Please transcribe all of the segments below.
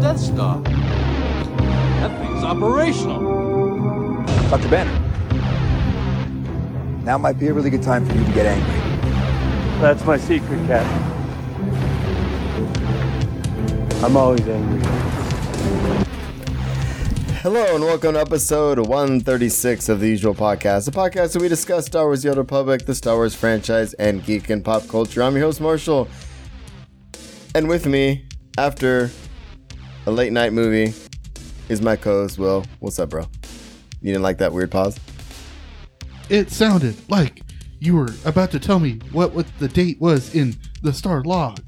Death Star. That thing's operational. Dr. Banner, now might be a really good time for you to get angry. That's my secret, Captain. I'm always angry. Hello and welcome to episode 136 of the usual podcast, the podcast where we discuss Star Wars: The Old Republic, the Star Wars franchise, and geek and pop culture. I'm your host Marshall, and with me, after a late night movie, is my co-host Will. What's up, bro? You didn't like that weird pause? it sounded like you were about to tell me what, what the date was in the star log.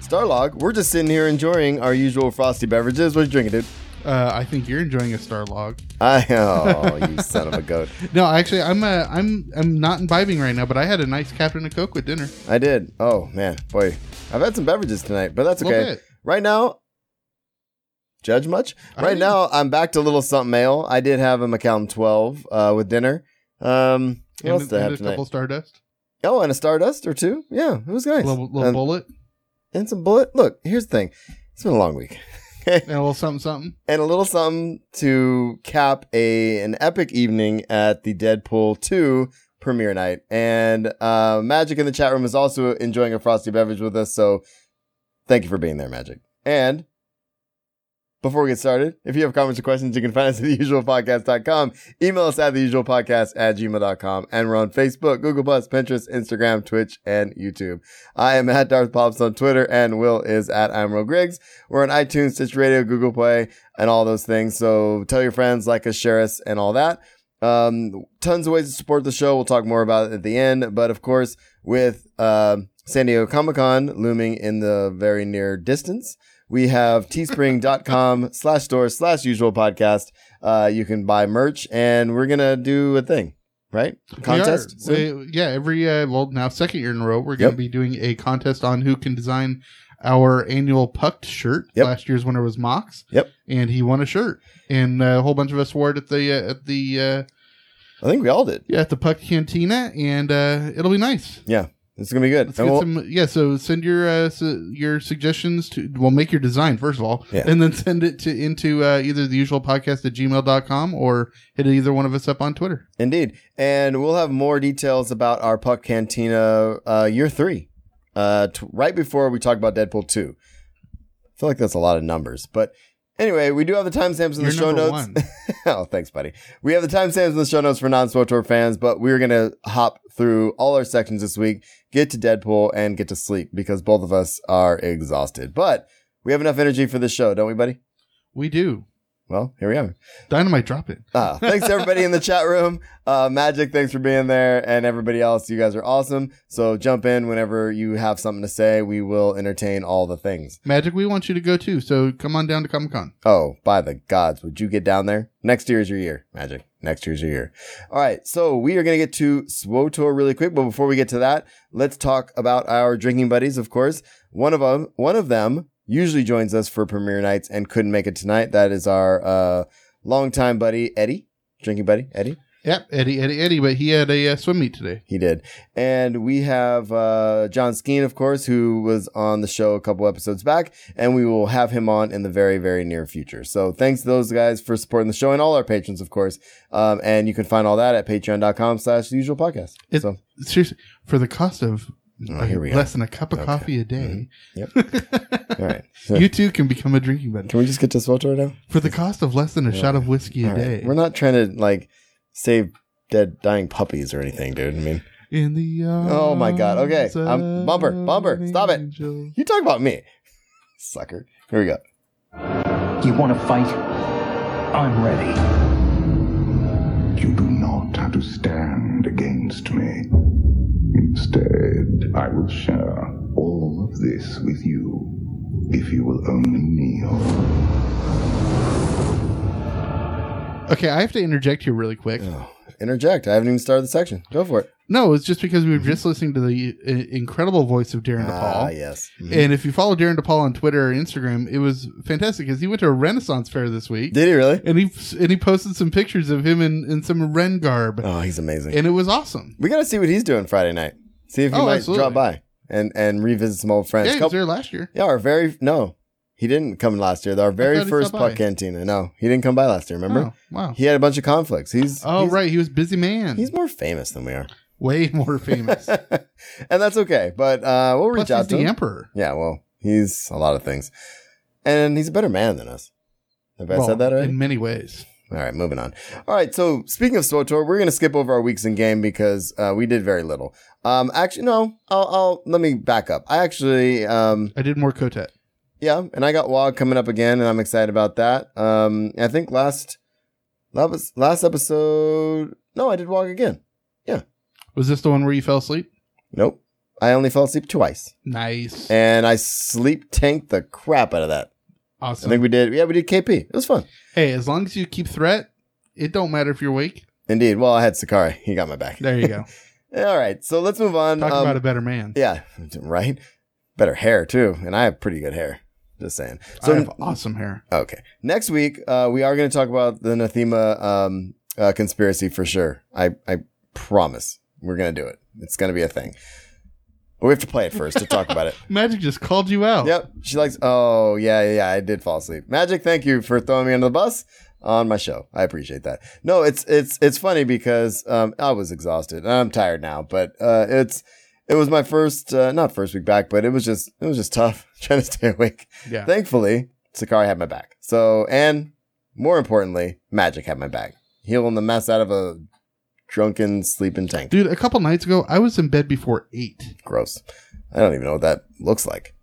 Starlog, we're just sitting here enjoying our usual frosty beverages. What you drinking, dude? Uh, I think you're enjoying a star log. I oh, you son of a goat! No, actually, I'm uh, I'm I'm not imbibing right now, but I had a nice Captain and Coke with dinner. I did. Oh man, boy, I've had some beverages tonight, but that's Little okay. bit. Right now, judge much. I Right didn't. now, I'm back to little something ale. I did have a Macallan 12 uh, with dinner. Um, what else and, did I and have a tonight? couple Stardust, Oh, and a Stardust or two. Yeah, it was nice. little, little Um, bullet, and some bullet. Look, here's the thing. It's been a long week. and a little something something. and a little something to cap a an epic evening at the Deadpool 2 premiere night. And uh, Magic in the chat room is also enjoying a frosty beverage with us, so thank you for being there, Magic. And before we get started, if you have comments or questions, you can find us at theusualpodcast.com. Email us at theusualpodcast at gmail.com. And we're on Facebook, Google Plus, Pinterest, Instagram, Twitch, and YouTube. I am at Darth Pops on Twitter, and Will is at I'm Real Griggs. We're on iTunes, Stitch Radio, Google Play, and all those things. So tell your friends, like us, share us, and all that. Um, tons of ways to support the show. We'll talk more about it at the end. But of course, with uh, San Diego Comic Con looming in the very near distance, we have teespring.com slash store slash usual podcast. Uh, you can buy merch, and we're going to do a thing, right? We are. Contest? soon? We- yeah, every uh, well now second year in a row, we're going to Yep. be doing a contest on who can design our annual pucked shirt. Yep. Last year's winner was Mox. Yep. and he won a shirt, and uh, a whole bunch of us wore it at the uh, at the. Uh, I think we all did. yeah, at the Puck Cantina, and uh, it'll be nice. Yeah. It's going to be good. Let's And get we'll- some. Yeah, so send your uh, su- your suggestions to. Well, make your design first of all, Yeah. and then send it to into uh, either the usual podcast at gmail.com or hit either one of us up on Twitter. Indeed. And we'll have more details about our Puck Cantina uh, year three, uh, t- right before we talk about Deadpool 2. I feel like that's a lot of numbers. But anyway, we do have the timestamps in You're the show number notes. one. oh, thanks, buddy. We have the timestamps in the show notes for non Swotor fans, but we're going to hop through all our sections this week, get to Deadpool, and get to sleep because both of us are exhausted. But we have enough energy for this show, don't we, buddy? We do Well, here we are. dynamite. Drop it. Ah, thanks to everybody in the chat room. Uh, Magic, thanks for being there, and everybody else. You guys are awesome. So jump in whenever you have something to say. We will entertain all the things. Magic, we want you to go too. So come on down to Comic Con. Oh, by the gods, would you get down there? Next year is your year, Magic. Next year's your year. All right, so we are going to get to SWOTOR really quick, but before we get to that, let's talk about our drinking buddies, of course. One of them, one of them usually joins us for premiere nights and couldn't make it tonight. That is our uh, longtime buddy, Eddie. Drinking buddy, Eddie. Yep, Eddie, Eddie, Eddie. But he had a uh, swim meet today. He did. And we have uh, John Skeen, of course, who was on the show a couple episodes back, and we will have him on in the very, very near future. So thanks to those guys for supporting the show and all our patrons, of course. Um, and you can find all that at patreon.com slash the usual podcast. It- so Seriously, for the cost of Oh, here we go. less than a cup of Okay. Mm-hmm. coffee a day, all right. you too can become a drinking buddy. can we just get to Swotor now? For the cost of less than a shot of whiskey a All day. right. We're not trying to like save dead dying puppies or anything, dude. I mean In the Oh my God, okay, arms I'm- of bumper, an bumper, stop it. angel. you talk about me. Sucker. Here we go. You want to fight? I'm ready. You do not have to stand against me. Instead, I will share all of this with you if you will only kneel. Okay, I have to interject here really quick. Interject. I haven't even started the section. Go for it. No, it's just because we were just listening to the uh, incredible voice of Darren Mm-hmm. Ah, DePaul. yes. Mhm. And if you follow Darren DePaul on Twitter or Instagram, it was fantastic because he went to a Renaissance fair this week Did he really? and he and he posted some pictures of him in, in some Ren garb. Oh, he's amazing. And it was awesome. We got to see what he's doing Friday night. See if he Oh, might absolutely. drop by and and revisit some old friends. Yeah, he was Couple- there last year. yeah, our very no, He didn't come last year. Our thought very he first stopped Puck by. Cantina. No, he didn't come by last year. Remember? Oh, wow. He had a bunch of conflicts. He's oh, he's- right. He was busy man. He's more famous than we are, way more famous. and that's okay. But uh, we'll reach Plus, out he's to the him. emperor. Yeah, well, he's a lot of things, and he's a better man than us. Have I Well, said that already? in many ways. All right, moving on. All right, so speaking of SWTOR, we're going to skip over our weeks in game because uh, we did very little. Um, actually, no, I'll, I'll let me back up. I actually, um, I did more Kotet. yeah, and I got WOG coming up again, and I'm excited about that. Um, I think last that was last episode. No, I did WOG again. Was this the one where you fell asleep? Nope, I only fell asleep twice, Nice. and I sleep tanked the crap out of that. I awesome. think we did. Yeah, we did KP. It was fun. hey, as long as you keep threat, it don't matter if you're awake. Indeed. Well, I had Sakari. He got my back. There you go. All right. So let's move on. Talk Um, about a better man. Yeah, right. Better hair too, and I have pretty good hair. Just saying. So I have awesome hair. okay, next week uh, we are going to talk about the Nathema um, uh, conspiracy for sure. I I promise we're going to do it. It's going to be a thing. But we have to play it first to talk about it. Magic just called you out. Yep, she likes. Oh yeah, yeah, yeah. I did fall asleep. Magic, thank you for throwing me under the bus on my show. I appreciate that. No, it's it's it's funny because um, I was exhausted and I'm tired now, but uh, it's it was my first uh, not first week back, but it was just it was just tough trying to stay awake. Yeah. Thankfully, Sakari had my back. So and more importantly, Magic had my back, healing the mess out of a drunken sleeping tank. Dude, a couple nights ago, I was in bed before eight. Gross. I don't even know what that looks like.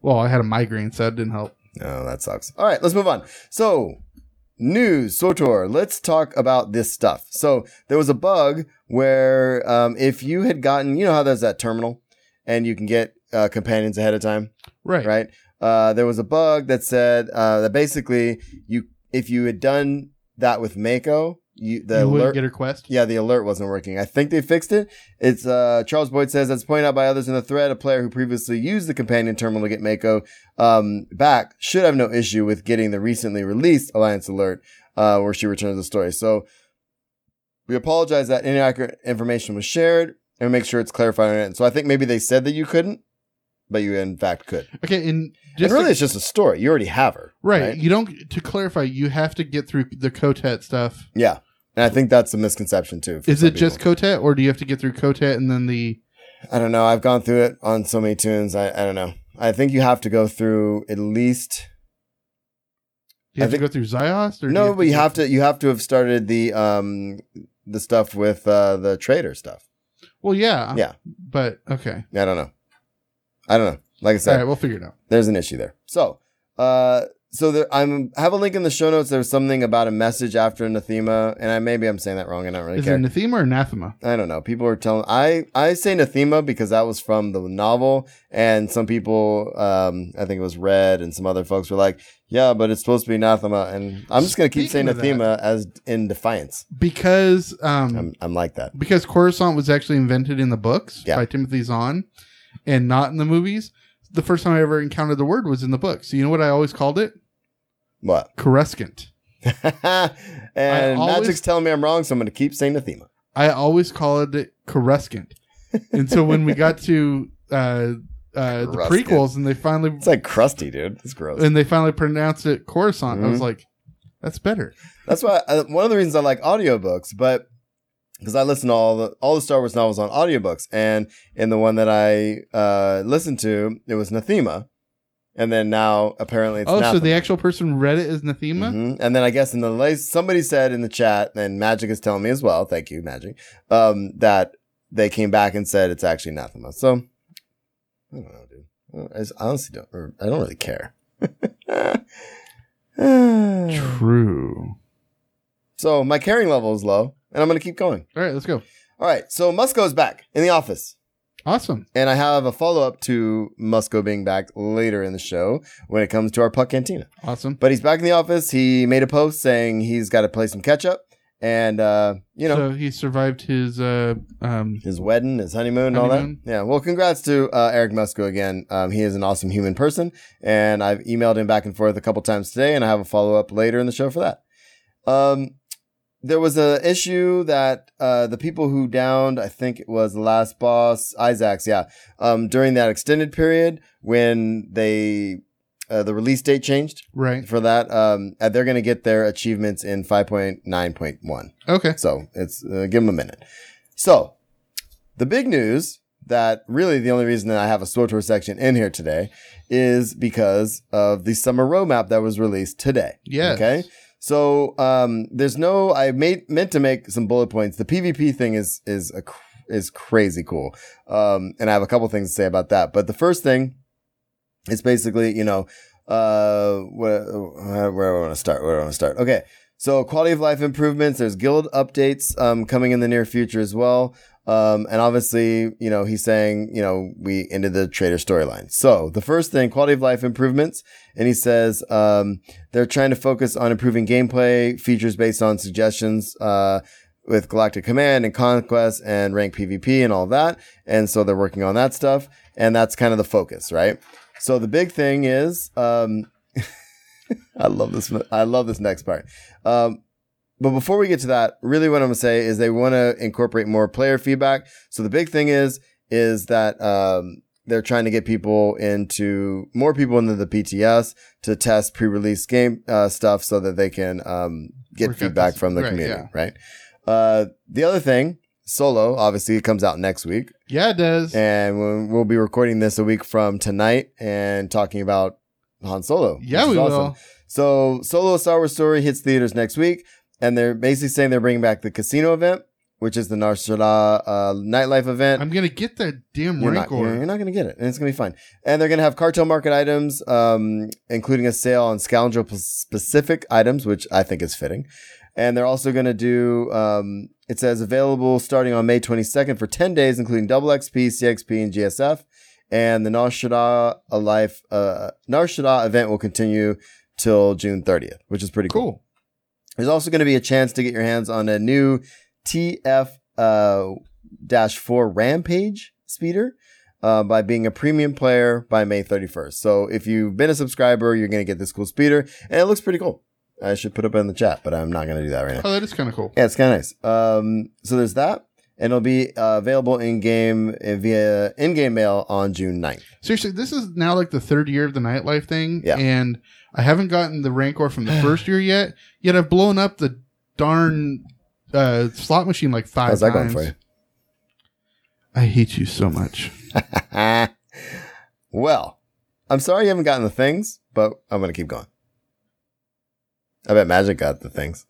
Well, I had a migraine, so that didn't help. Oh, that sucks. All right, let's move on. So, news, Sotor, let's talk about this stuff. So, there was a bug where um, if you had gotten, you know how there's that terminal and you can get uh, companions ahead of time, Right. right? Uh, there was a bug that said uh, that basically you if you had done that with Mako, you the you alert wouldn't get her quest. yeah, the alert wasn't working. I think they fixed it. It's uh, Charles Boyd says that's pointed out by others in the thread. A player who previously used the companion terminal to get Mako um, back should have no issue with getting the recently released Alliance alert uh, where she returns the story. So we apologize that inaccurate information was shared and make sure it's clarified on it. So I think maybe they said that you couldn't, but you in fact could. Okay, and And just really, to- it's just a story. You already have her, right, You don't to clarify. You have to get through the Kotet stuff. Yeah, and I think that's a misconception too. for Is some it just people. Kotet, or do you have to get through Kotet and then the? I don't know. I've gone through it on so many tunes. I, I don't know. I think you have to go through at least Do you have I to go through Zyost? Or do no, but you go- have to you have to have started the um the stuff with uh the trader stuff. Well, yeah, Yeah. but okay. I don't know. I don't know. Like I All said, right, we'll figure it out. there's an issue there. So, uh, so there, I'm I have a link in the show notes. There's something about a message after Anathema, and I maybe I'm saying that wrong. I don't really Is care. it anathema or anathema? I don't know. People are telling I I say Nathema because that was from the novel, and some people, um, I think it was Red and some other folks were like, "Yeah, but it's supposed to be Anathema," and I'm just gonna keep Speaking saying of that- Nathema as in defiance. Because um, I'm I'm like that. because Coruscant was actually invented in the books Yeah. by Timothy Zahn, and not in the movies. The first time I ever encountered the word was in the books. So you know what I always called it? What? Coruscant. and always- Magic's telling me I'm wrong, so I'm gonna keep saying Nathema. I always called it Coruscant. And so when we got to uh, uh, the Coruscant. prequels and they finally It's like crusty, dude. It's gross. and they finally pronounced it Coruscant, I Mhm. was like, that's better. That's why uh, one of the reasons I like audiobooks, but because I listen to all the all the Star Wars novels on audiobooks, and in the one that I uh, listened to, it was Nathema, and then now apparently it's oh, so Nathema. the actual person read it as Nathema? Mhm. And then I guess in the latest, somebody said in the chat, and Magic is telling me as well. Thank you, Magic. Um, that they came back and said it's actually Nathema. So I don't know, dude. I don't- I just honestly don't. Or I don't really care. Mm-hmm. True. so my caring level is low, and I'm gonna keep going. All right, let's go. All right, so Musco's back in the office, Awesome. and I have a follow up to Musco being back later in the show when it comes to our puck cantina. Awesome. But he's back in the office. He made a post saying he's got to play some catch up, and uh, you know so he survived his uh, um, his wedding, his honeymoon, and Honeymoon. all that. Yeah. Well, congrats to uh, Eric Musco again. Um, he is an awesome human person, and I've emailed him back and forth a couple times today, and I have a follow up later in the show for that. Um, there was an issue that uh, the people who downed, I think it was the last boss, Isaacs, yeah, um, during that extended period when they uh, the release date changed Right. for that. Um, and they're going to get their achievements in 5.9.1. Okay. So it's uh, give them a minute. So the big news that really the only reason that I have a SWTOR section in here today is because of the summer road map that was released today. Yes. Okay. So um, there's no. I made meant to make some bullet points. The PvP thing is is a cr- is crazy cool. Um, and I have a couple things to say about that. But the first thing is basically you know uh where where, where do I want to start? Where do I want to start? Okay. So quality of life improvements. There's guild updates um, coming in the near future as well. Um, and obviously, you know, he's saying, you know, we ended the trader storyline. So the first thing, quality of life improvements. And he says, um, they're trying to focus on improving gameplay features based on suggestions, uh, with Galactic Command and Conquest and rank PvP and all that. And so they're working on that stuff. And that's kind of the focus, right? So the big thing is, um, I love this. I love this next part. Um, but before we get to that, really what I'm gonna say is they want to incorporate more player feedback. So the big thing is is that um, they're trying to get people into more people into the PTS to test pre-release game uh, stuff so that they can um, get Work out feedback this- from the right, community, right? Uh, the other thing, Solo, obviously, it comes out next week. Yeah, it does. And we'll- we'll be recording this a week from tonight and talking about Han Solo. yeah, which we is awesome. will. So, Solo: A Star Wars Story hits theaters next week, and they're basically saying they're bringing back the casino event, which is the Narshada uh, nightlife event. I'm gonna get that damn you're not, rancor. you're not going to get it, and it's going to be fun. And they're going to have cartel market items, um, including a sale on scoundrel p- specific items, which I think is fitting. And they're also going to do, um, it says available starting on May 22nd for 10 days, including double XP, CXP, and GSF. And the Narshada a life, uh, Narshada event will continue till June 30th, which is pretty cool. cool. There's also going to be a chance to get your hands on a new TF uh, dash four Rampage speeder uh, by being a premium player by May 31st. So if you've been a subscriber, you're going to get this cool speeder, and it looks pretty cool. I should put it up in the chat, but I'm not going to do that right now. Oh, that is kind of cool. Yeah, it's kind of nice. Um, so there's that, and it'll be uh, available in game via in game mail on June 9th. Seriously, this is now like the third year of the nightlife thing, Yeah. and I haven't gotten the rancor from the first year yet. Yet I've blown up the darn uh, slot machine like five How's that times. going for you? I hate you so much. well, I'm sorry you haven't gotten the things, but I'm gonna keep going. I bet Magic got the things.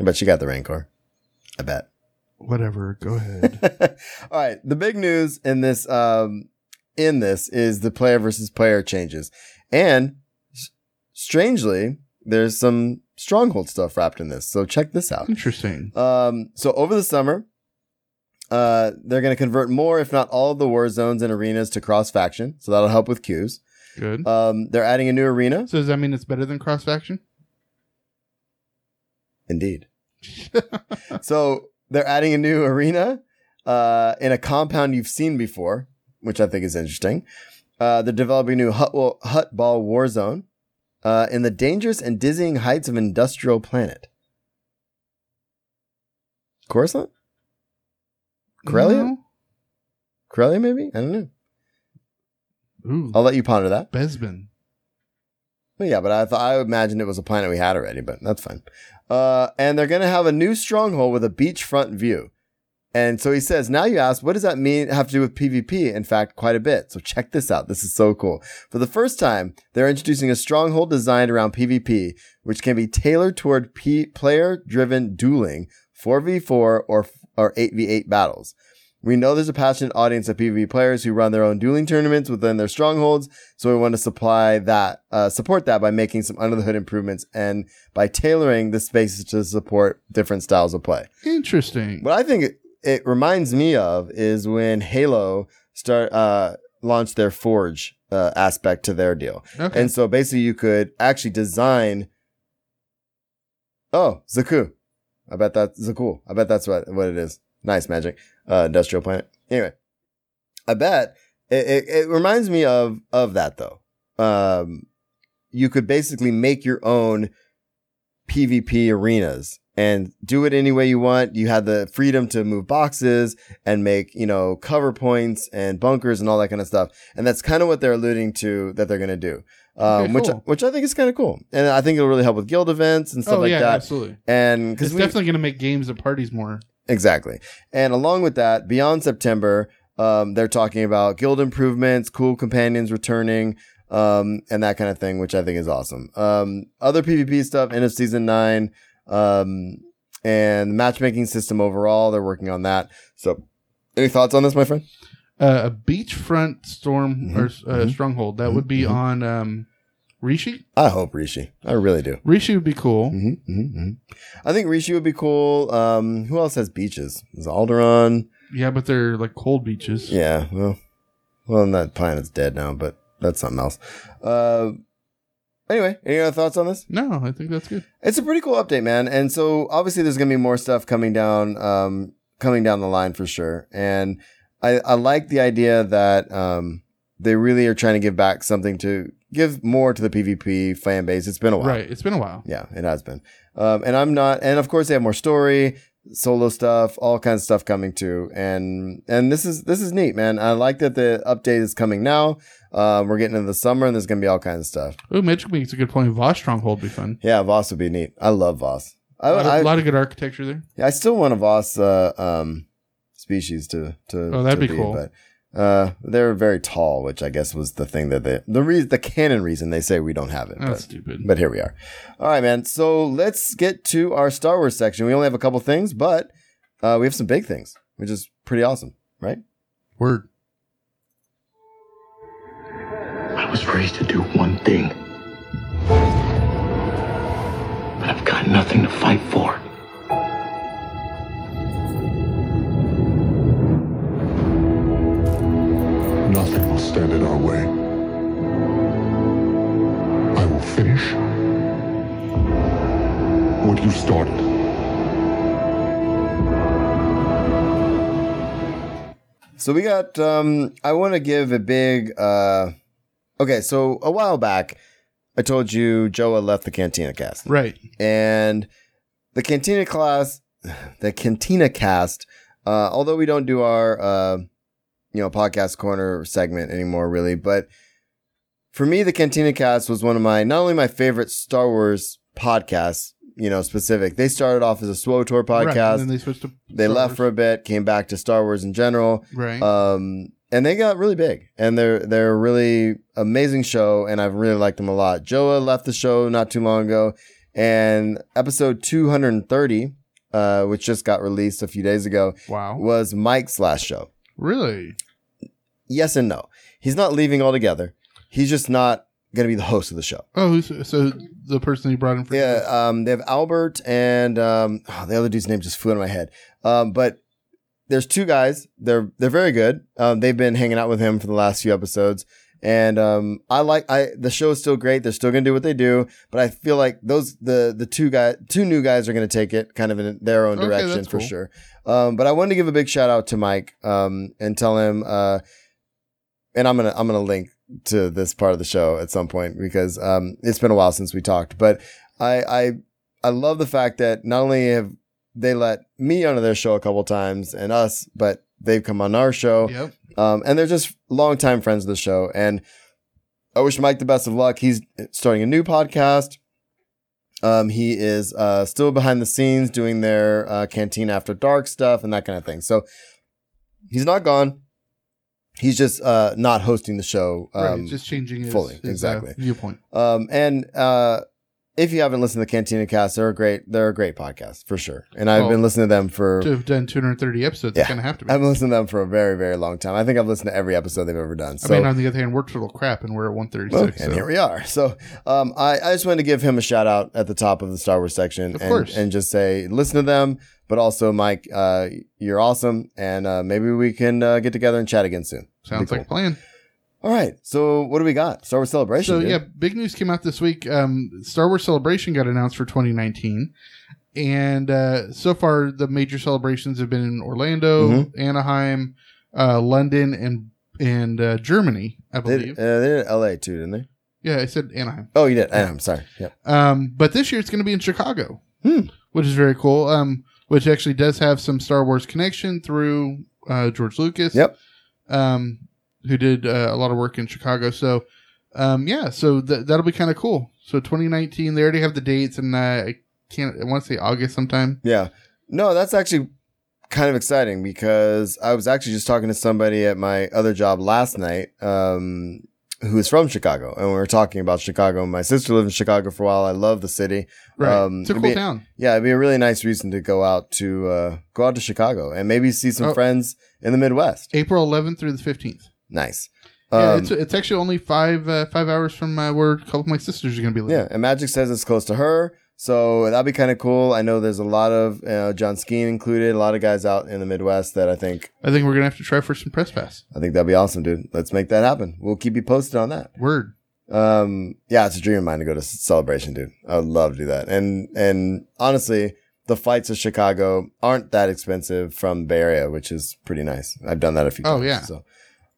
I bet she got the Rancor. I bet. Whatever. Go ahead. All right. The big news in this um, in this is the player versus player changes, and s- strangely, there's some stronghold stuff wrapped in this. So check this out. Interesting. Um, so over the summer, uh, they're going to convert more, if not all, of the war zones and arenas to cross faction. So that'll help with queues. Good. Um, they're adding a new arena. so does that mean it's better than cross faction? Indeed. so they're adding a new arena uh, in a compound you've seen before, which I think is interesting. Uh, they're developing a new hut, well, hut ball war zone uh, in the dangerous and dizzying heights of industrial planet. Coruscant? Corellia? No? Corellia, maybe? I don't know. Ooh, I'll let you ponder that. Besbin. Well, yeah, but I thought I imagined it was a planet we had already, but that's fine. Uh, and they're gonna have a new stronghold with a beachfront view. And so he says, now you ask, what does that mean have to do with PvP? In fact, quite a bit. So check this out. This is so cool. For the first time, they're introducing a stronghold designed around PvP, which can be tailored toward P- player driven dueling, 4v4 or, or 8v8 battles. We know there's a passionate audience of PvP players who run their own dueling tournaments within their strongholds, so we want to supply that, uh, support that by making some under the hood improvements and by tailoring the spaces to support different styles of play. Interesting. What I think it, it reminds me of is when Halo start uh, launched their Forge uh, aspect to their deal, Okay. and so basically you could actually design. Oh, Zaku, I bet that's Zaku. I bet that's what what it is. Nice magic, uh, industrial planet. Anyway, I bet it, it, it reminds me of of that though. Um, you could basically make your own PvP arenas and do it any way you want. You had the freedom to move boxes and make, you know, cover points and bunkers and all that kind of stuff. And that's kind of what they're alluding to that they're going to do. um, Okay, which cool. which I think is kind of cool, and I think it'll really help with guild events and stuff oh like yeah, that. absolutely. And It's because we definitely going to make games and parties more. Exactly. And along with that, beyond September, um, they're talking about guild improvements, cool companions returning, um, and that kind of thing, which I think is awesome. Um, other PvP stuff, end of season nine, um, and the matchmaking system overall, they're working on that. So, any thoughts on this, my friend? Uh, a beachfront storm or uh, mhm, stronghold that would be mhm. on um, Rishi. I hope Rishi. I really do. Rishi would be cool. hmm hmm I think Rishi would be cool. Um, who else has beaches? Is Alderaan? Yeah, but they're like cold beaches. Yeah, well, well, and that planet's dead now, but that's something else. Uh, anyway, any other thoughts on this? No, I think that's good. It's a pretty cool update, man. And so obviously, there's gonna be more stuff coming down, um, coming down the line for sure. And I, I like the idea that um, they really are trying to give back something to give more to the PvP fan base. It's been a while, Right. It's been a while. yeah, it has been. Um, and I'm not, and of course they have more story, solo stuff, all kinds of stuff coming too. And and this is this is neat, man. I like that the update is coming now. Um, we're getting into the summer, and there's gonna be all kinds of stuff. Oh, Magic makes a good point. Voss Stronghold would be fun. Yeah, Voss would be neat. I love Voss. I A lot, of, Oh, I, lot of good architecture there. I still want a Voss uh, um, species to to. Oh, that'd to be cool. But uh, they're very tall, which I guess was the thing that they the reason the canon reason they say we don't have it. That's but- stupid. but here we are. All right, man. So let's get to our Star Wars section. We only have a couple things, but uh, we have some big things, which is pretty awesome, right? Word. I was raised to do one thing. But I've got nothing to fight for. Nothing will stand in our way. I will finish what you started. So we got. Um, I want to give a big. Uh, okay, so a while back, I told you Joa left the Cantina Cast, Right. and the Cantina class, the Cantina Cast. Uh, although we don't do our, uh, you know, podcast corner segment anymore, really, but for me, the Cantina Cast was one of my not only my favorite Star Wars podcasts, you know, specific. They started off as a SWOTOR Right. And podcast. then they switched to they Star left for Wars. a bit, came back to Star Wars in general, right. um, and they got really big, and they're they're a really amazing show, and I've really liked them a lot. Joa left the show not too long ago, and episode 230, uh, which just got released a few days ago, wow. was Mike's last show. really? Yes and no. He's not leaving altogether. He's just not going to be the host of the show. Oh, who's, so the person you brought in for Yeah, um, they have Albert and um, oh, the other dude's name just flew out of my head. Um, but there's two guys. They're they're very good. Um, they've been hanging out with him for the last few episodes, and um, I like I the show is still great. They're still gonna do what they do, but I feel like those the the two guy two new guys are gonna take it kind of in their own Okay, direction that's for cool. sure. Um, but I wanted to give a big shout out to Mike um, and tell him. Uh, and I'm gonna I'm gonna link to this part of the show at some point because um, it's been a while since we talked. But I I I love the fact that not only have they let me onto their show a couple times and us, but they've come on our show. Yep. Um, and they're just longtime friends of the show. And I wish Mike the best of luck. He's starting a new podcast. Um, he is uh, still behind the scenes doing their uh, canteen after dark stuff and that kind of thing. So he's not gone. He's just uh, not hosting the show. Right. Um, Just changing his, fully, his, uh, exactly. viewpoint. um, and uh, if you haven't listened to the Cantina Cast, they're a great. They're a great podcast for sure. And I've Well, been listening to them for To have done 230 episodes, Yeah. it's going to have to be. I've been listening to them for a very, very long time. I think I've listened to every episode they've ever done. So, I mean, on the other hand, worked for little crap, and we're at 136. Well, and so- here we are. So, um, I, I just wanted to give him a shout out at the top of the Star Wars section Of and, course. and just say, listen to them, but also, Mike, uh, you're awesome. And uh, maybe we can uh, get together and chat again soon. Sounds Be like a plan. All right. So, what do we got? Star Wars Celebration. So dude. yeah, big news came out this week. Um, Star Wars Celebration got announced for 2019, and uh, so far the major celebrations have been in Orlando, Mm-hmm. Anaheim, uh, London, and and uh, Germany, I They, believe. did- uh, they did LA too, didn't they? yeah, I said Anaheim. Oh, you did. I am sorry. Yep. Um, but this year it's going to be in Chicago, Hmm. which is very cool. Um, which actually does have some Star Wars connection through uh, George Lucas. Yep. Um, who did uh, a lot of work in Chicago. So um, yeah, so th- that'll be kind of cool. So 2019, they already have the dates, and uh, I can't. I want to say August sometime. Yeah. No, that's actually kind of exciting because I was actually just talking to somebody at my other job last night um, who is from Chicago. And we were talking about Chicago. My sister lived in Chicago for a while. I love the city. Right, Um, it's a it'd cool be- town. Yeah, it'd be a really nice reason to go out to uh, go out to Chicago and maybe see some Oh. friends in the Midwest. April 11th through the 15th. Nice. yeah, Um, it's, it's actually only five uh, five hours from uh, where a couple of my sisters are going to be living. Yeah, and Magic says it's close to her, so that'd be kind of cool. I know there's a lot of uh, John Skeen included, a lot of guys out in the Midwest that I think I think we're going to have to try for some press pass. I think that'd be awesome, dude. Let's make that happen. We'll keep you posted on that. Word. Um, yeah, it's a dream of mine to go to Celebration, dude. I'd love to do that. And and honestly, the flights to Chicago aren't that expensive from Bay Area, which is pretty nice. I've done that a few Oh, times. yeah. So, all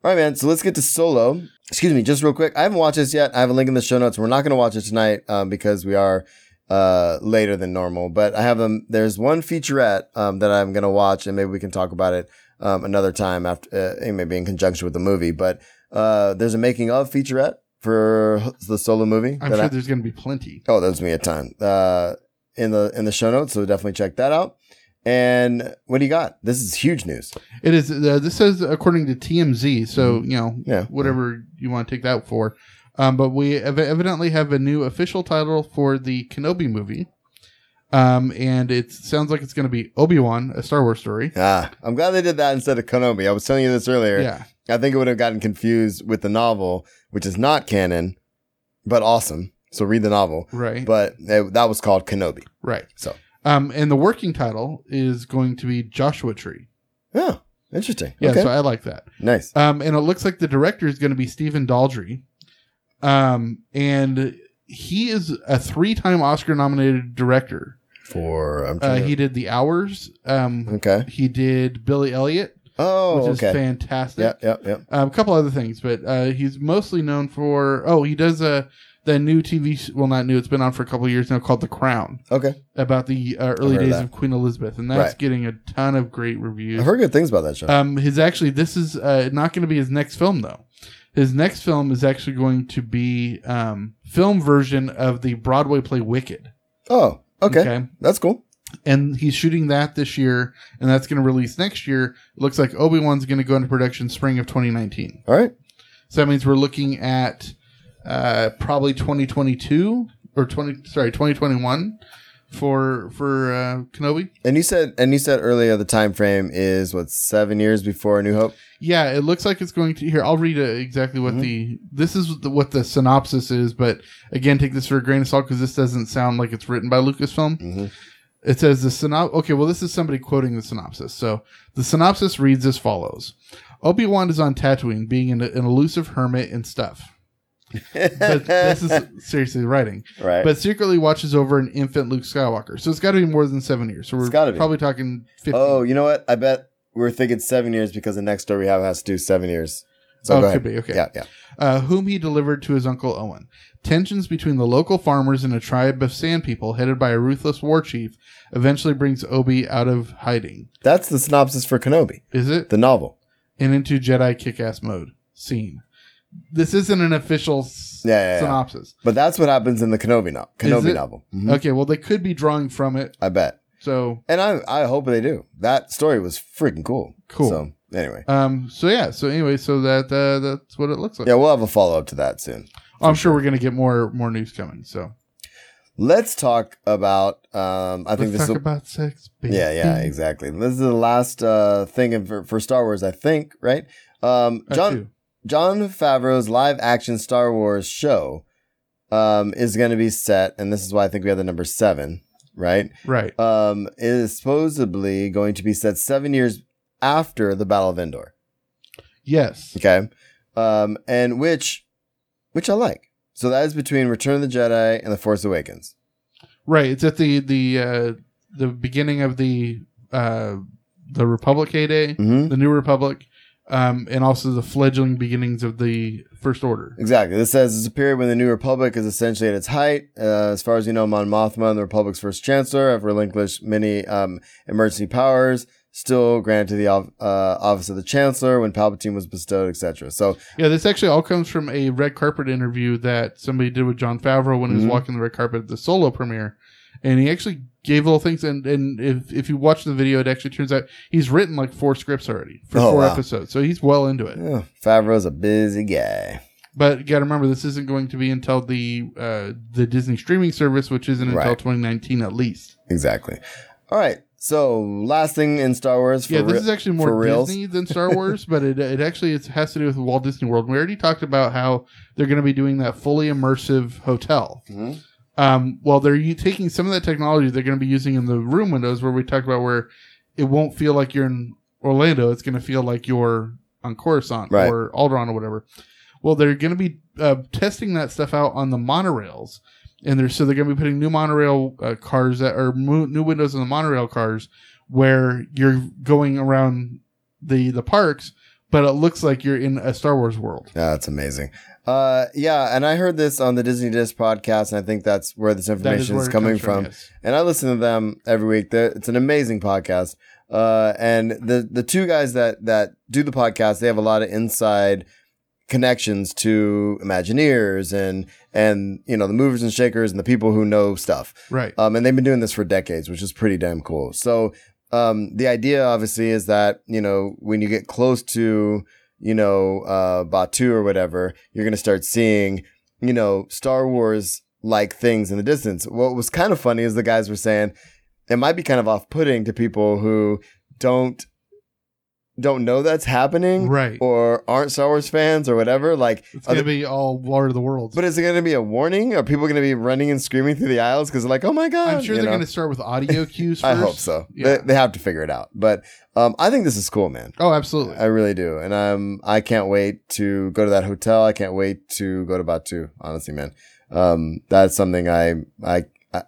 right, man. So let's get to Solo. Excuse me, just real quick. I haven't watched this yet. I have a link in the show notes. We're not going to watch it tonight um, because we are uh later than normal but i have them there's one featurette um that i'm gonna watch and maybe we can talk about it um another time after uh, maybe in conjunction with the movie but uh there's a making of featurette for the solo movie I'm that sure I- there's going to be plenty. Oh, there's me a ton. Uh, in the in the show notes, so definitely check that out. And what do you got? This is huge news. It is. Uh, this says according to TMZ. So you know, Mm-hmm. Yeah. whatever you want to take that for. Um, but we ev- evidently have a new official title for the Kenobi movie. Um, and it sounds like it's going to be Obi Wan, a Star Wars story. Ah, I'm glad they did that instead of Konomi. I was telling you this earlier. Yeah, I think it would have gotten confused with the novel, which is not canon, but awesome. So read the novel. right, But it- that was called Kenobi. right. So. um, and the working title is going to be Joshua Tree. Yeah, interesting. Yeah, okay, so I like that. nice. Um, and it looks like the director is going to be Stephen Daldry. Um, and he is a three-time Oscar-nominated director. For I'm Uh, trying to- he did The Hours. Um, okay. he did Billy Elliot, Oh, which is okay. fantastic. Yeah, yeah, yeah. Um, a couple other things, but uh, he's mostly known for oh, he does uh, the new TV sh- well, not new. It's been on for a couple of years now, called The Crown, Okay, about the uh, early heard of days that. of Queen Elizabeth, and that's Right. getting a ton of great reviews. I've heard good things about that show. Um, his actually, this is uh, not going to be his next film though. His next film is actually going to be um, film version of the Broadway play Wicked. oh, okay, that's cool. and he's shooting that this year, and that's going to release next year. It looks like Obi Wan's going to go into production spring of 2019. All right. So that means we're looking at uh, probably 2022 or 20 sorry 2021 for for uh, Kenobi. And you said, and you said earlier the time frame is what seven years before A New Hope. Yeah, it looks like it's going to. Here, I'll read uh, exactly Mm-hmm. what the this is the, what the synopsis is, but again, take this for a grain of salt because this doesn't sound like it's written by Lucasfilm. Mhm. It says the synopsis. Okay, well, this is somebody quoting the synopsis. So the synopsis reads as follows: Obi Wan is on Tatooine, being an, an elusive hermit and stuff. But this is seriously the writing, right. but secretly watches over an infant Luke Skywalker. So it's got to be more than seven years. So we're It's gotta be. probably talking fifteen. oh, you know what? I bet we're thinking seven years because the next story we have has to do seven years. So Oh, go it ahead. could be, okay. Yeah, yeah. uh, whom he delivered to his uncle Owen. Tensions between the local farmers and a tribe of sand people headed by a ruthless war chief eventually brings Obi out of hiding. That's the synopsis for Kenobi, Is it? the novel. and into Jedi kick ass mode. Scene. This isn't an official s- Yeah, yeah, yeah. synopsis. But that's what happens in the Kenobi novel. Kenobi it? Mm-hmm. novel. Okay, well, they could be drawing from it. I bet. So, And I, I hope they do. That story was freaking cool. Cool. So anyway, um, so yeah. So anyway, so that uh, that's what it looks like. yeah, we'll have a follow up to that soon. I'm sure we're gonna get more more news coming. So Let's talk about. Um, I think let's this talk will, about sex. Baby. Yeah, yeah, exactly. This is the last uh, thing of- for, for Star Wars, I think, right? Um, That John too. John Favreau's live action Star Wars show um, is going to be set, and this is why I think we have the number seven, right? Right. Um, it is supposedly going to be set seven years after the Battle of Endor. Yes. Okay. Um, and which, which I like. So that is between Return of the Jedi and The Force Awakens. Right. It's at the the uh, the beginning of the uh, the Republic A Day, hmm the New Republic, um, and also the fledgling beginnings of the First Order. Exactly. This says it's a period when the New Republic is essentially at its height. Uh, as far as you know, Mon Mothma and the Republic's first chancellor have relinquished many um, emergency powers, still granted to the of- uh, office of the chancellor when Palpatine was bestowed, etc. So Yeah, this actually all comes from a red carpet interview that somebody did with John Favreau when he Mhm. was walking the red carpet at the solo premiere. And he actually gave little things and, and if, if you watch the video it actually turns out he's written like four scripts already for Oh, four wow. episodes. So he's well into it. yeah, Favreau's a busy guy. But you got to remember this isn't going to be until the uh, the Disney streaming service which isn't until Right. 2019 at least. Exactly. All right. So last thing in Star Wars. For yeah, this rea- is actually for more reals. Disney than Star Wars, but it, it actually it has to do with Walt Disney World. We already talked about how they're going to be doing that fully immersive hotel. Mhm. Um, well, they're u- taking some of that technology they're going to be using in the room windows where we talked about where it won't feel like you're in Orlando. It's going to feel like you're on Coruscant Right. or Alderaan or whatever. Well, they're going to be uh, testing that stuff out on the monorails. And they're, so they're going to be putting new monorail uh, cars that are mo- new windows in the monorail cars where you're going around the the parks, but it looks like you're in a Star Wars world. Yeah, Ah, that's amazing. Uh, yeah, and I heard this on the Disney Disc podcast, and I think that's where this That information is it coming comes from. yes. and I listen to them every week. They're, it's an amazing podcast. Uh, and the the two guys that that do the podcast, they have a lot of inside connections to Imagineers and and you know the movers and shakers and the people who know stuff. Right. Um, and they've been doing this for decades, which is pretty damn cool. So, um, the idea obviously is that, you know, when you get close to, you know, uh, Batu or whatever, you're going to start seeing, you know, Star Wars like things in the distance. What was kind of funny is the guys were saying it might be kind of off putting to people who don't, don't know that's happening Right. or aren't Star Wars fans or whatever. Like, It's are going the- to be all Lord of the Worlds. but is it going to be a warning? Are people going to be running and screaming through the aisles because like, oh my god? I'm sure you they're know? going to start with audio cues first. I hope so. Yeah. They, they have to figure it out. But um, I think this is cool, man. Oh, absolutely. I really do, and um, I can't wait to go to that hotel. I can't wait to go to Batu. Honestly, man, um, that's something I, I, I,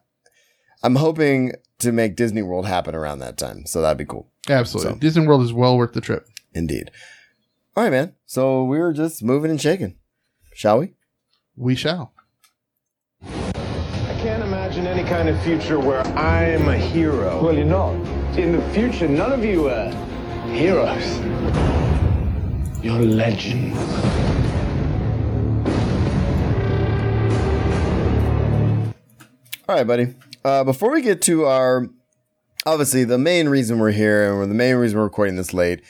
I'm hoping to make Disney World happen around that time. So that'd be cool, absolutely. so. Disney World is well worth the trip. indeed. All right, man. So we're just moving and shaking, shall we? We shall. I can't imagine any kind of future where I'm a hero. Well, you're not. In the future, none of you are heroes. You're legends. All right, buddy. Uh, before we get to our, obviously, the main reason we're here and the main reason we're recording this late,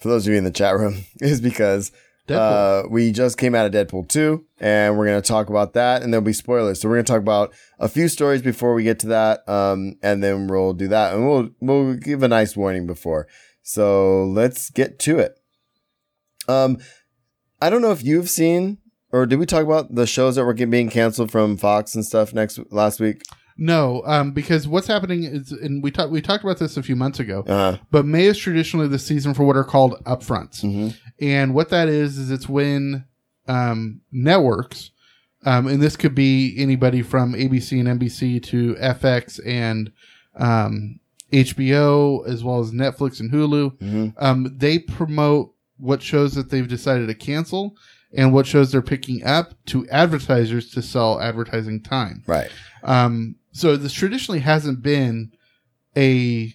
for those of you in the chat room, is because uh, we just came out of Deadpool 2, and we're going to talk about that, and there'll be spoilers. So we're going to talk about a few stories before we get to that, um, and then we'll do that, and we'll we'll give a nice warning before. So let's get to it. Um, I don't know if you've seen or did we talk about the shows that were get- being canceled from Fox and stuff next last week? No, um, because what's happening is, and we talked we talked about this a few months ago, Uh, but May is traditionally the season for what are called upfronts, Mhm. and what that is is it's when um, networks, um, and this could be anybody from ABC and NBC to FX and um, HBO, as well as Netflix and Hulu. Mhm. Um, they promote what shows that they've decided to cancel and what shows they're picking up to advertisers to sell advertising time. Right. Um, so this traditionally hasn't been a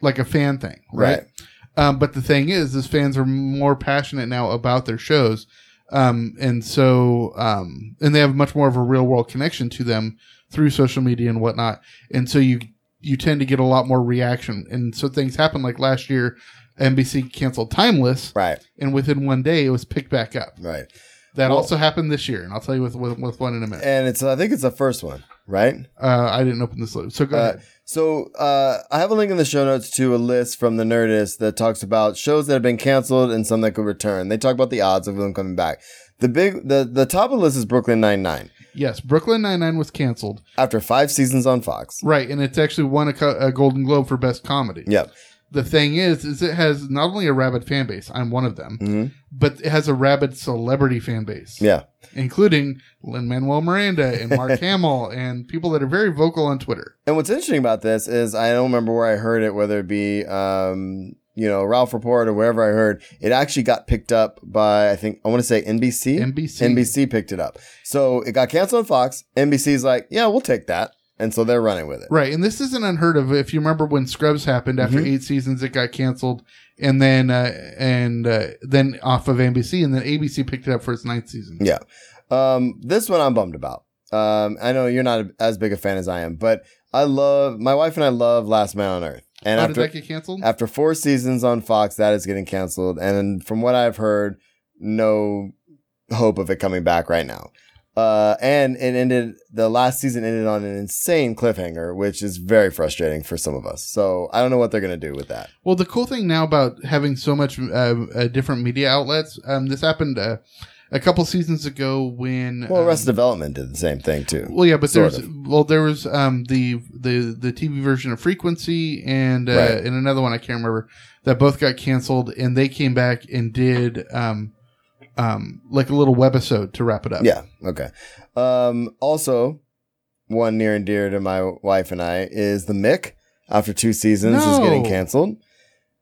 like a fan thing, right? Right. Um, but the thing is, is fans are more passionate now about their shows, um, and so um, and they have much more of a real world connection to them through social media and whatnot, and so you you tend to get a lot more reaction, and so things happen like last year. NBC canceled Timeless, Right. and within one day it was picked back up. Right. That Well- also happened this year, and I'll tell you with with, with one in a minute. And it's I think it's the first one, right? Uh, I didn't open this loop, so go Uh, ahead. So uh, I have a link in the show notes to a list from the Nerdist that talks about shows that have been canceled and some that could return. They talk about the odds of them coming back. The big the the top of the list is Brooklyn Nine Nine. Yes, Brooklyn Nine Nine was canceled, After five seasons on Fox. right? And it's actually won a, co- a Golden Globe for best comedy. Yep. The thing is, is it has not only a rabid fan base. I'm one of them, Mhm. but it has a rabid celebrity fan base, Yeah. including Lin Manuel Miranda and Mark Hamill and people that are very vocal on Twitter. And what's interesting about this is I don't remember where I heard it, whether it be um, you know Ralph Report or wherever I heard it. Actually, got picked up by I think I want to say NBC. NBC. NBC picked it up, so it got canceled on Fox. NBC's like, yeah, we'll take that, and so they're running with it. Right, and this isn't unheard of. If you remember when Scrubs happened after Mm-hmm. eight seasons, it got canceled, and then uh, and uh, then off of NBC, and then ABC picked it up for its ninth season. Yeah. Um, this one I'm bummed about. Um, I know you're not as big a fan as I am, but I love my wife and I love Last Man on Earth. And How after did that get canceled? after four seasons on Fox, that is getting canceled. And from what I've heard, no hope of it coming back right now. Uh, and it ended, the last season ended on an insane cliffhanger, which is very frustrating for some of us. So I don't know what they're going to do with that. Well, the cool thing now about having so much uh, uh, different media outlets, um, this happened uh, a couple seasons ago when. Well, um, Arrested Development did the same thing too. Well, yeah, but Sort there's well, there was um, the the the TV version of Frequency and uh, Right. and another one I can't remember that both got canceled, and they came back and did um, um, like a little webisode to wrap it up. Yeah. Okay. Um, also, one near and dear to my wife and I is the Mick. After two seasons, is getting No. canceled.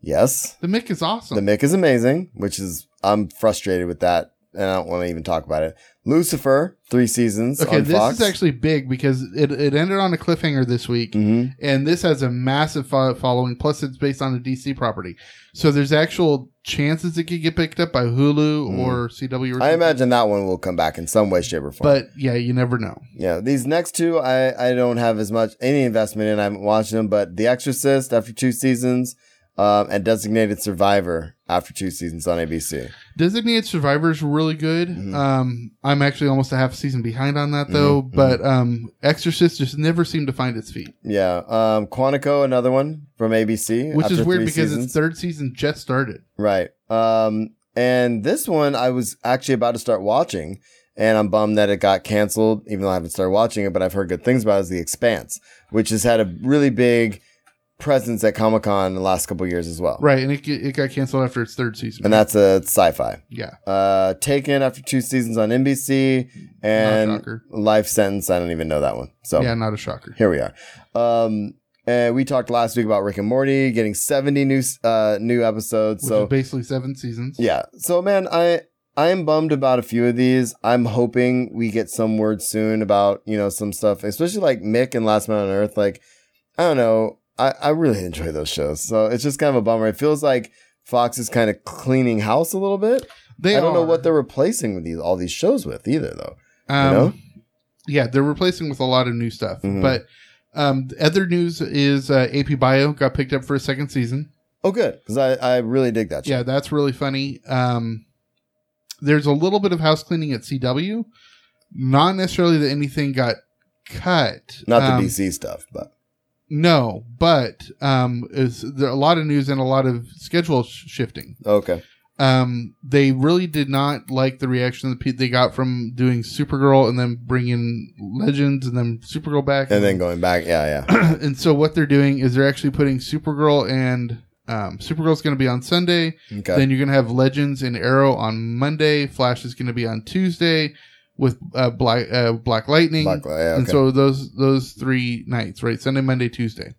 Yes, the Mick is awesome. the Mick is amazing, which is I'm frustrated with that, and I don't want to even talk about it. Lucifer, three seasons okay, on this Fox. is actually big because it it ended on a cliffhanger this week. Mhm. and this has a massive fo- following. Plus, it's based on a DC property, so there's actual chances it could get picked up by Hulu Mm. or CW. Or I something. imagine that one will come back in some way, shape, or form. but yeah, you never know. Yeah, these next two I, I don't have as much any investment in. I haven't watched them, but The Exorcist after two seasons, um, and Designated Survivor after two seasons on ABC. Designated Survivor is really good. Mm-hmm. Um, I'm actually almost a half season behind on that though, Mm-hmm. but um, Exorcist just never seemed to find its feet, Yeah, um, Quantico, another one from ABC, which is after weird three because seasons. its third season just started. right. Um, and this one I was actually about to start watching, and I'm bummed that it got canceled, even though I haven't started watching it. But I've heard good things about it, is The Expanse, which has had a really big presence at Comic Con in the last couple years as well. Right, and it, ge- it got canceled after its third season. and that's a sci-fi. yeah, uh, Taken after two seasons on NBC Not a and shocker. Life Sentence. I don't even know that one. So yeah, not a shocker. here we are. Um, and we talked last week about Rick and Morty getting 70 new uh, new episodes. Which so is basically seven seasons. yeah. So man, I I am bummed about a few of these. I'm hoping we get some word soon about, you know, some stuff, especially like Mick and Last Man on Earth. Like, I don't know. I, I really enjoy those shows. So it's just kind of a bummer. It feels like Fox is kind of cleaning house a little bit. They I don't know are. what they're replacing with these all these shows with either though. Um, know? Yeah, they're replacing with a lot of new stuff. Mhm. But um, the other news is uh, AP Bio got picked up for a second season. Oh, good because I, I really dig that. Show. Yeah, that's really funny. Um, there's a little bit of house cleaning at CW. Not necessarily that anything got cut. not the Um, DC stuff, but No, but um, is there a lot of news and a lot of schedule sh- shifting. okay. Um, they really did not like the reaction that pe- they got from doing Supergirl and then bringing Legends and then Supergirl back And then going back, yeah, yeah, and so what they're doing is they're actually putting Supergirl and um, Supergirl's going to be on Sunday. okay, Then you're going to have Legends and Arrow on Monday. Flash is going to be on Tuesday with uh, Black uh, Black Lightning. Black Li- yeah, And okay. so those those three nights, right? Sunday, Monday, Tuesday.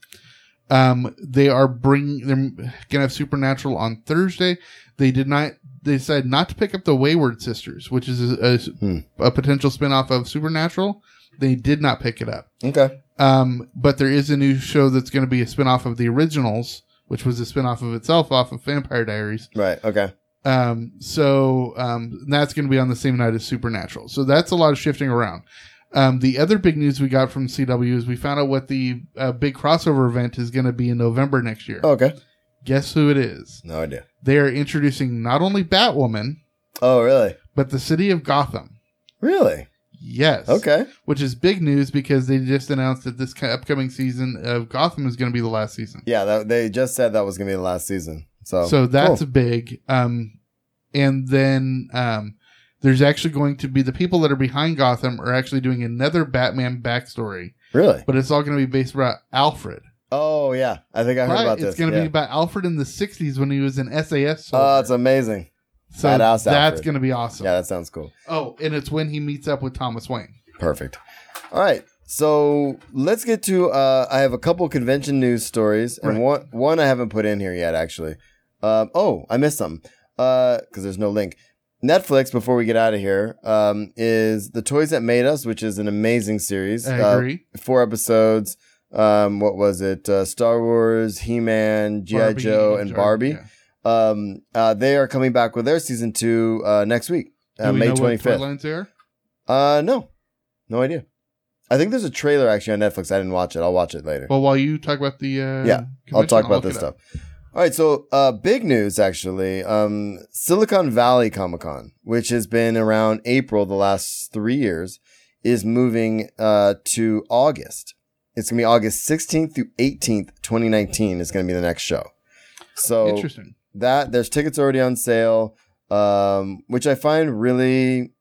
Um, they are bringing. They're going to have Supernatural on Thursday. They did not. They decided not to pick up the Wayward Sisters, which is a, a, Hmm. a potential spinoff of Supernatural. They did not pick it up. okay, Um, but there is a new show that's going to be a spinoff of the originals, which was a spinoff of itself off of Vampire Diaries. right, okay, Um, so um, and that's going to be on the same night as Supernatural. So that's a lot of shifting around. Um, the other big news we got from CW is we found out what the uh, big crossover event is going to be in November next year. okay. Guess who it is? No idea. They are introducing not only Batwoman, Oh, really? but the city of Gotham. Really? Yes. Okay. Which is big news because they just announced that this ki- upcoming season of Gotham is going to be the last season. Yeah, that, they just said that was gonna be the last season. So, so that's cool. big um and then um there's actually going to be the people that are behind gotham are actually doing another batman backstory really. but it's all going to be based around alfred Oh yeah, I think I heard But about this. it's going to yeah. be about alfred in the 60s when he was an sas soldier. Oh, it's amazing. so badass that's Alfred. going to be awesome Yeah, that sounds cool. oh and it's when he meets up with thomas wayne Perfect. All right. So let's get to. Uh, I have a couple convention news stories, and Right. one one I haven't put in here yet, actually. Um, oh, I missed something because Uh, there's no link. Netflix, before we get out of here, um, is The Toys That Made Us, which is an amazing series. I Uh, agree. four episodes. Um, what was it? Uh, Star Wars, He Man, G.I. Barbie Joe, and Jar- Barbie. yeah. Um, uh, they are coming back with their season two uh, next week, Do uh, we May know what twenty toy fifth. lines they are? Uh, no, no idea. I think there's a trailer actually on Netflix. I didn't watch it. I'll watch it later. Well, while you talk about the uh, Yeah, I'll convention, talk about look this it up. stuff. All right, so uh, big news actually. Um, Silicon Valley Comic Con, which has been around April the last three years, is moving uh, to August. It's gonna be August 16th through 18th, 2019. Is gonna be the next show. So Interesting. that there's tickets already on sale, um, which I find really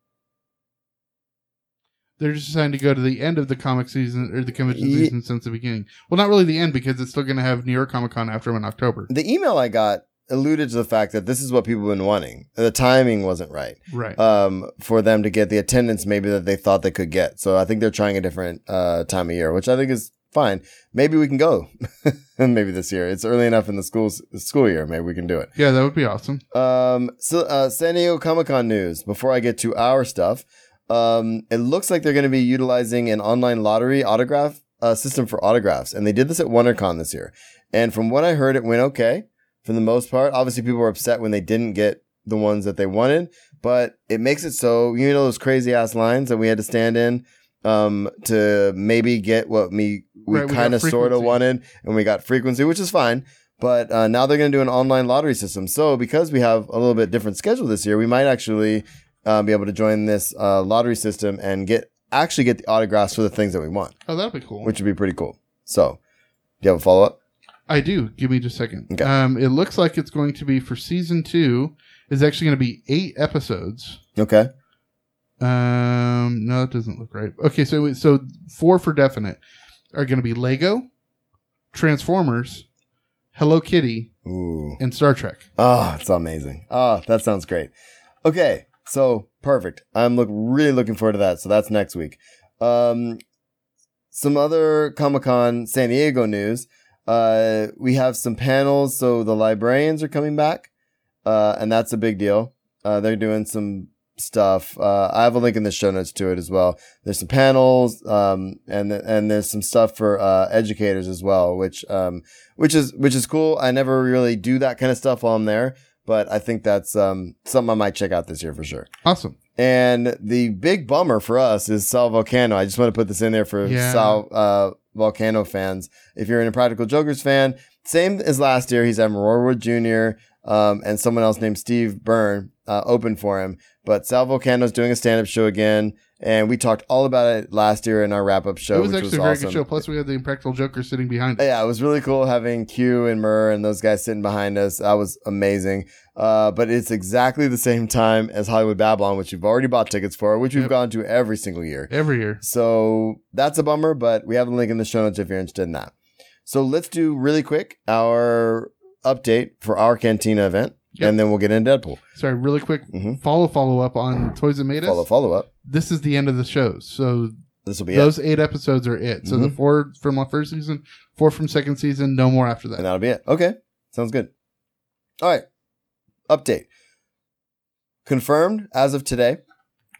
They're just deciding to go to the end of the comic season or the convention Ye- season since the beginning. Well, not really the end because it's still going to have New York Comic Con after in October. the email I got alluded to the fact that this is what people have been wanting. The timing wasn't right. Right. um, for them to get the attendance maybe that they thought they could get. So I think they're trying a different uh, time of year, which I think is fine. Maybe we can go. maybe this year. It's early enough in the school's school year. Maybe we can do it. yeah, that would be awesome. Um, so uh, San Diego Comic Con news. Before I get to our stuff, um, it looks like they're going to be utilizing an online lottery autograph uh, system for autographs, and they did this at WonderCon this year. And from what I heard, it went okay for the most part. Obviously, people were upset when they didn't get the ones that they wanted, but it makes it so you know those crazy ass lines that we had to stand in um, to maybe get what me we Right, we got kind of sort of frequency. wanted, and we got frequency, which is fine. But uh, now they're going to do an online lottery system. So because we have a little bit different schedule this year, we might actually uh, be able to join this uh, lottery system and get actually get the autographs for the things that we want, Oh, that'd be cool. which would be pretty cool. So, do you have a follow up? I do. Give me just a second. Okay. Um, it looks like it's going to be for season two. Is actually going to be eight episodes. Okay. Um, no, that doesn't look right. Okay, so so four for definite are going to be Lego, Transformers, Hello Kitty, Ooh. and Star Trek. Oh, it's amazing. Oh, that sounds great. Okay. So perfect. I'm look really looking forward to that. So that's next week. Um, some other Comic Con San Diego news. Uh, we have some panels. So the librarians are coming back, uh, and that's a big deal. Uh, they're doing some stuff. Uh, I have a link in the show notes to it as well. There's some panels, um, and and there's some stuff for uh, educators as well, which um, which is which is cool. I never really do that kind of stuff while I'm there, but I think that's um, something I might check out this year for sure. Awesome. And the big bummer for us is Sal Volcano. I just want to put this in there for Yeah. Sal uh, Volcano fans. If you're an Impractical Jokers fan, same as last year, he's having Roarwood Jr. Um, and someone else named Steve Byrne uh, open for him. But Sal Volcano's doing a stand up show again. And we talked all about it last year in our wrap up show. it was which actually was a very awesome. Oh, good show. Plus, we had the Impractical Joker sitting behind it. Yeah, it was really cool having Q and Murr and those guys sitting behind us. That was amazing. Uh, but it's exactly the same time as Hollywood Babylon, which you've already bought tickets for, which we've Yep. gone to every single year. every year. So that's a bummer, but we have a link in the show notes if you're interested in that. So let's do really quick our update for our Cantina event, Yep. and then we'll get into Deadpool. Sorry, really quick Mhm. follow follow up on Toys That Made Us. Follow follow up. This is the end of the show. So This will be it, those eight episodes are it. So the Mm-hmm. four from the first season, four from second season, no more after and uh, that. that'll be it. Okay, sounds good. All right, update confirmed as of today.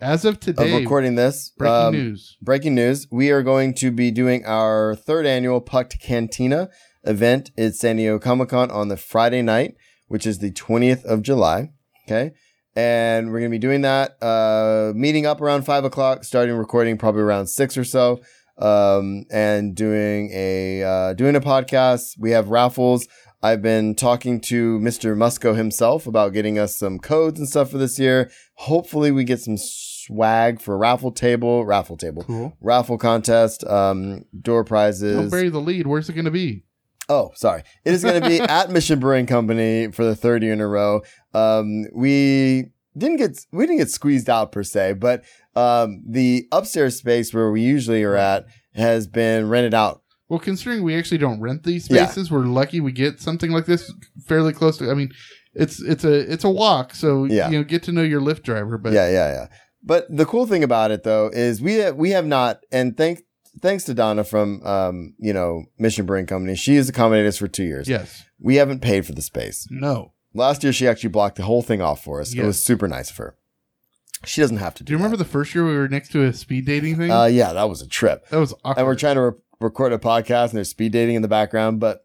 As of of today, recording this. breaking um, news. Breaking news. We are going to be doing our third annual Pucked Cantina event at San Diego Comic Con on the Friday night, which is the 20th of July. Okay. And we're going to be doing that, uh, meeting up around five o'clock, starting recording probably around six or so. Um, and doing a, uh, doing a podcast. We have raffles. I've been talking to Mr. Musco himself about getting us some codes and stuff for this year. Hopefully we get some swag for raffle table, raffle table, Cool. raffle contest, um, door Don't prizes. bury the lead. Where's it going to be? Oh, sorry. It is going to be at Mission Brewing Company for the third year in a row. Um, we didn't get we didn't get squeezed out per se, but um, the upstairs space where we usually are at has been rented out. Well, considering we actually don't rent these Yeah. spaces, we're lucky we get something like this fairly close to. I mean, it's it's a it's a walk, so Yeah. you know get to know your Lyft driver. But yeah, yeah, yeah. But the cool thing about it though is we have, we have not, and thank thanks to Donna from um, you know Mission Brewing Company, she has accommodated us for two years. yes, We haven't paid for the space. no, Last year, she actually blocked the whole thing off for us. It Yeah. was super nice of her. She doesn't have to do. Do you remember the first year we were next to a speed dating thing? That. Uh, yeah, that was a trip. that was awkward. and we're trying to re- record a podcast and there's speed dating in the background but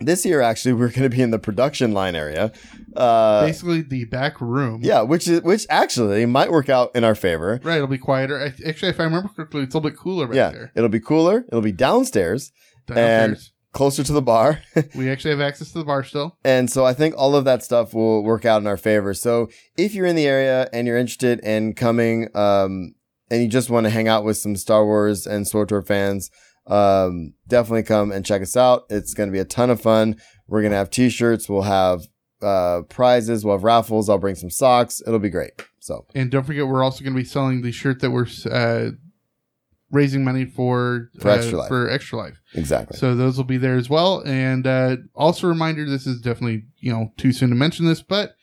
this year actually we're going to be in the production line area uh, Basically, the back room. yeah which is which actually might work out in our favor Right, it'll be quieter. I, actually, if I remember correctly, it's a little bit cooler back yeah there. it'll be cooler it'll be downstairs And- Downstairs. closer to the bar we actually have access to the bar still. And so I think all of that stuff will work out in our favor. So if you're in the area and you're interested in coming, um, and you just want to hang out with some Star Wars and SWTOR fans, um, definitely come and check us out. It's going to be a ton of fun. We're going to have t-shirts. We'll have, uh, prizes. We'll have raffles. I'll bring some socks. It'll be great. So And don't forget, we're also going to be selling the shirt that we're uh, raising money for For uh, Extra Life. For Extra Life. exactly. So those will be there as well. And uh, also a reminder, this is definitely you know too soon to mention this, but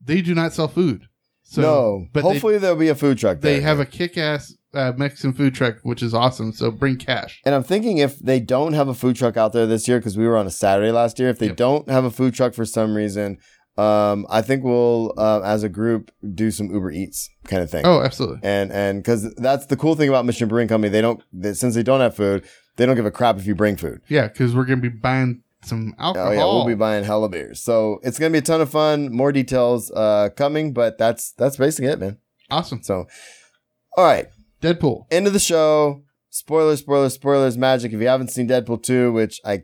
they do not sell food. So no, but they- hopefully there'll be a food truck. they there. have a kick-ass uh, Mexican food truck, which is awesome. So bring cash. And I'm thinking if they don't have a food truck out there this year, because we were on a Saturday last year, if they Yep. don't have a food truck for some reason, um, I think we'll, uh, as a group, do some Uber Eats kind of thing. Oh, absolutely. And and because that's the cool thing about Mission Brewing Company, they don't they, since they don't have food, they don't give a crap if you bring food. Yeah, because we're going to be buying some alcohol. Oh yeah, we'll be buying hella beers. So it's gonna be a ton of fun. More details uh, coming, but that's that's basically it, man. awesome. So, all right. Deadpool. end of the show. Spoilers, spoilers, spoilers, magic. If you haven't seen Deadpool 2, which I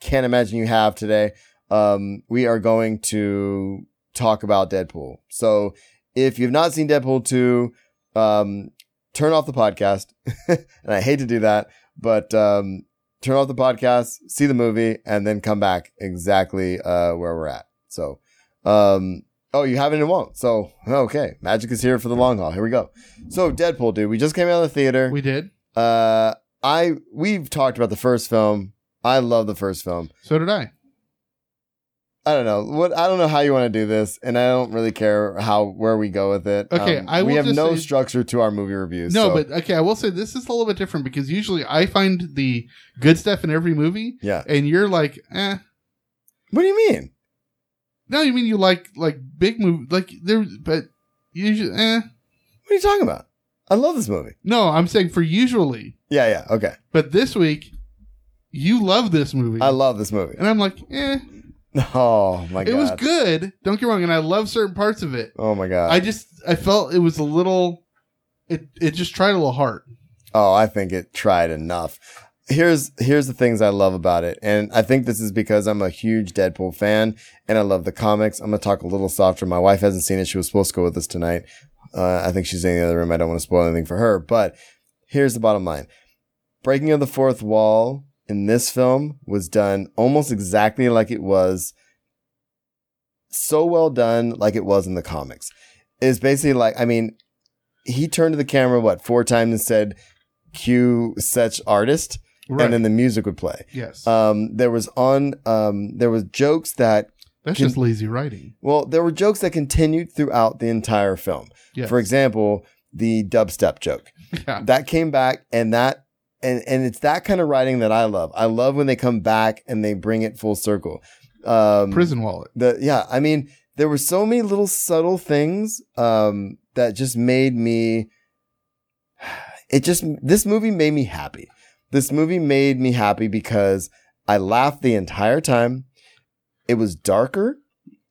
can't imagine you have today, um, we are going to talk about Deadpool. So if you've not seen Deadpool 2, um, turn off the podcast. and I hate to do that, but um, turn off the podcast, see the movie, and then come back exactly uh, where we're at. So, um, oh, you haven't and won't. So, okay. Magic is here for the long haul. Here we go. So, Deadpool, dude, we just came out of the theater. We did. Uh, I we've talked about the first film. I love the first film. So did I. I don't know what I don't know how you want to do this, and I don't really care how where we go with it. Um, Okay, I we will have just no say- structure to our movie reviews. No, so- but okay, I will say this is a little bit different because usually I find the good stuff in every movie, yeah. and you're like, eh. What do you mean? No, you mean you like like big movie like there, but usually, eh. What are you talking about? I love this movie. No, I'm saying for usually, Yeah, yeah, okay. but this week, you love this movie. I love this movie. and I'm like, eh. Oh my god, It was good. Don't get me wrong, and I love certain parts of it. Oh my god. I just I felt it was a little, it it just tried a little hard. Oh, I think it tried enough. Here's here's the things I love about it, and I think this is because I'm a huge Deadpool fan, and I love the comics. I'm gonna talk a little softer. My wife hasn't seen it; she was supposed to go with us tonight. Uh, I think she's in the other room. I don't want to spoil anything for her, but here's the bottom line: breaking of the fourth wall in this film was done almost exactly like it was so well done, like it was in the comics. It's basically like I mean, he turned to the camera what four times and said cue such artist Right. and then the music would play yes, um there was on um there was jokes that that's can- just lazy writing. well there were jokes that continued throughout the entire film Yes. for example the dubstep joke yeah. that came back and that and and it's that kind of writing that i love i love when they come back and they bring it full circle um prison wallet. the yeah i mean there were so many little subtle things um that just made me it just this movie made me happy this movie made me happy because i laughed the entire time it was darker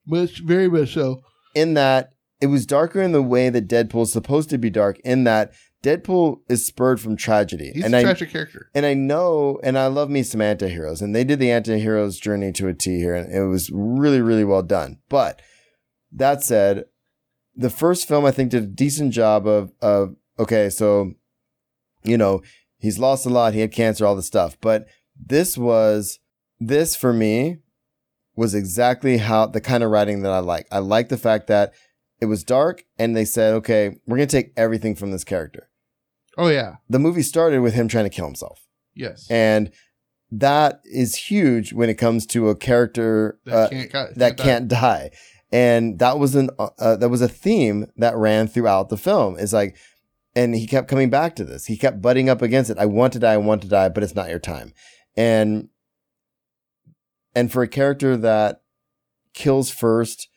Much, very much so. in that it was darker in the way that deadpool is supposed to be dark in that deadpool is spurred from tragedy He's and a I. tragic character. And I know, and I love me some anti-heroes, and they did the anti-heroes journey to a T here, and it was really, really well done. But that said, the first film I think did a decent job of of okay, so you know, he's lost a lot, he had cancer, all this stuff. But this was this for me was exactly how the kind of writing that I like. I like the fact that it was dark and they said, okay, we're gonna take everything from this character. Oh yeah. The movie started with him trying to kill himself. Yes. And that is huge when it comes to a character that uh, can't cut. that can't die. And that was an uh, uh, that was a theme that ran throughout the film. It's like, and he kept coming back to this. He kept butting up against it. I want to die. I want to die, but it's not your time. And and for a character that kills first,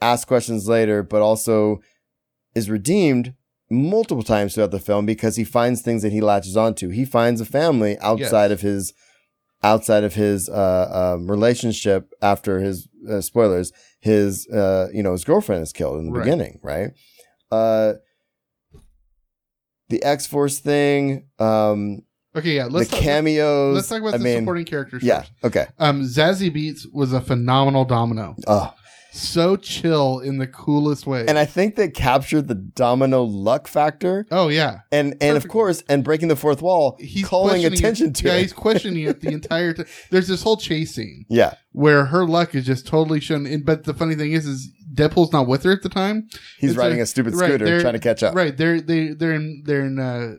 asks questions later, but also is redeemed multiple times throughout the film because he finds things that he latches onto. He finds a family outside of his outside of his uh, um, relationship after his uh, spoilers. His uh, you know his girlfriend is killed in the Right. beginning, right? Uh, the X Force thing, um, Okay, yeah. Let's the talk, cameos. let's talk about I the mean, supporting characters. Yeah. first. Okay. Um, Zazie Beats was a phenomenal domino. Oh, So chill in the coolest way. and I think they captured the domino luck factor. oh yeah, and and of Perfect. course and breaking the fourth wall calling questioning attention it. to Yeah, it he's questioning it the entire time. There's this whole chase scene yeah where her luck is just totally shown. And, but the funny thing is, is Deadpool's not with her at the time. he's It's riding a- a stupid right, scooter they're- trying to catch up Right? They're they they're in they're in uh,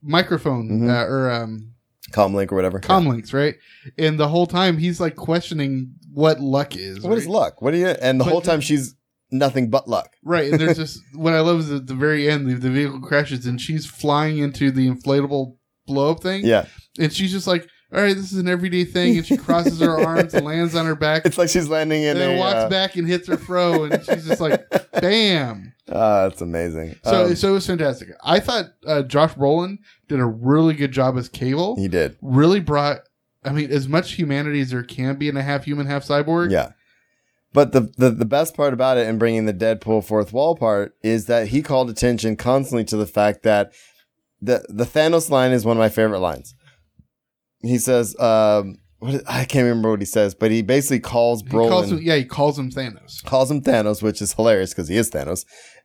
microphone Mhm. uh, or um, calm link or whatever comlinks, right? And the whole time he's like questioning what luck is. Yeah. what right? is luck what do you and the But whole the- time she's nothing but luck Right, and there's just what I love is at the very end, the, the vehicle crashes and she's flying into the inflatable blow up thing. yeah and she's just like, "All right, this is an everyday thing," and she crosses her arms and lands on her back, it's like she's landing in and then a walks uh, back and hits her fro, and she's just like, "Bam!" ah, that's amazing So, Um, so it was fantastic. I thought uh, Josh Brolin did a really good job as Cable. Um, he did really brought, I mean, as much humanity as there can be in a half human, half cyborg. yeah but the, the the best part about it and bringing the deadpool fourth wall part is that he called attention constantly to the fact that the the thanos line is one of my favorite lines he says um what is, I can't remember what he says, but he basically calls he Brolin. calls him, yeah, he calls him Thanos. calls him Thanos, which is hilarious because he is Thanos.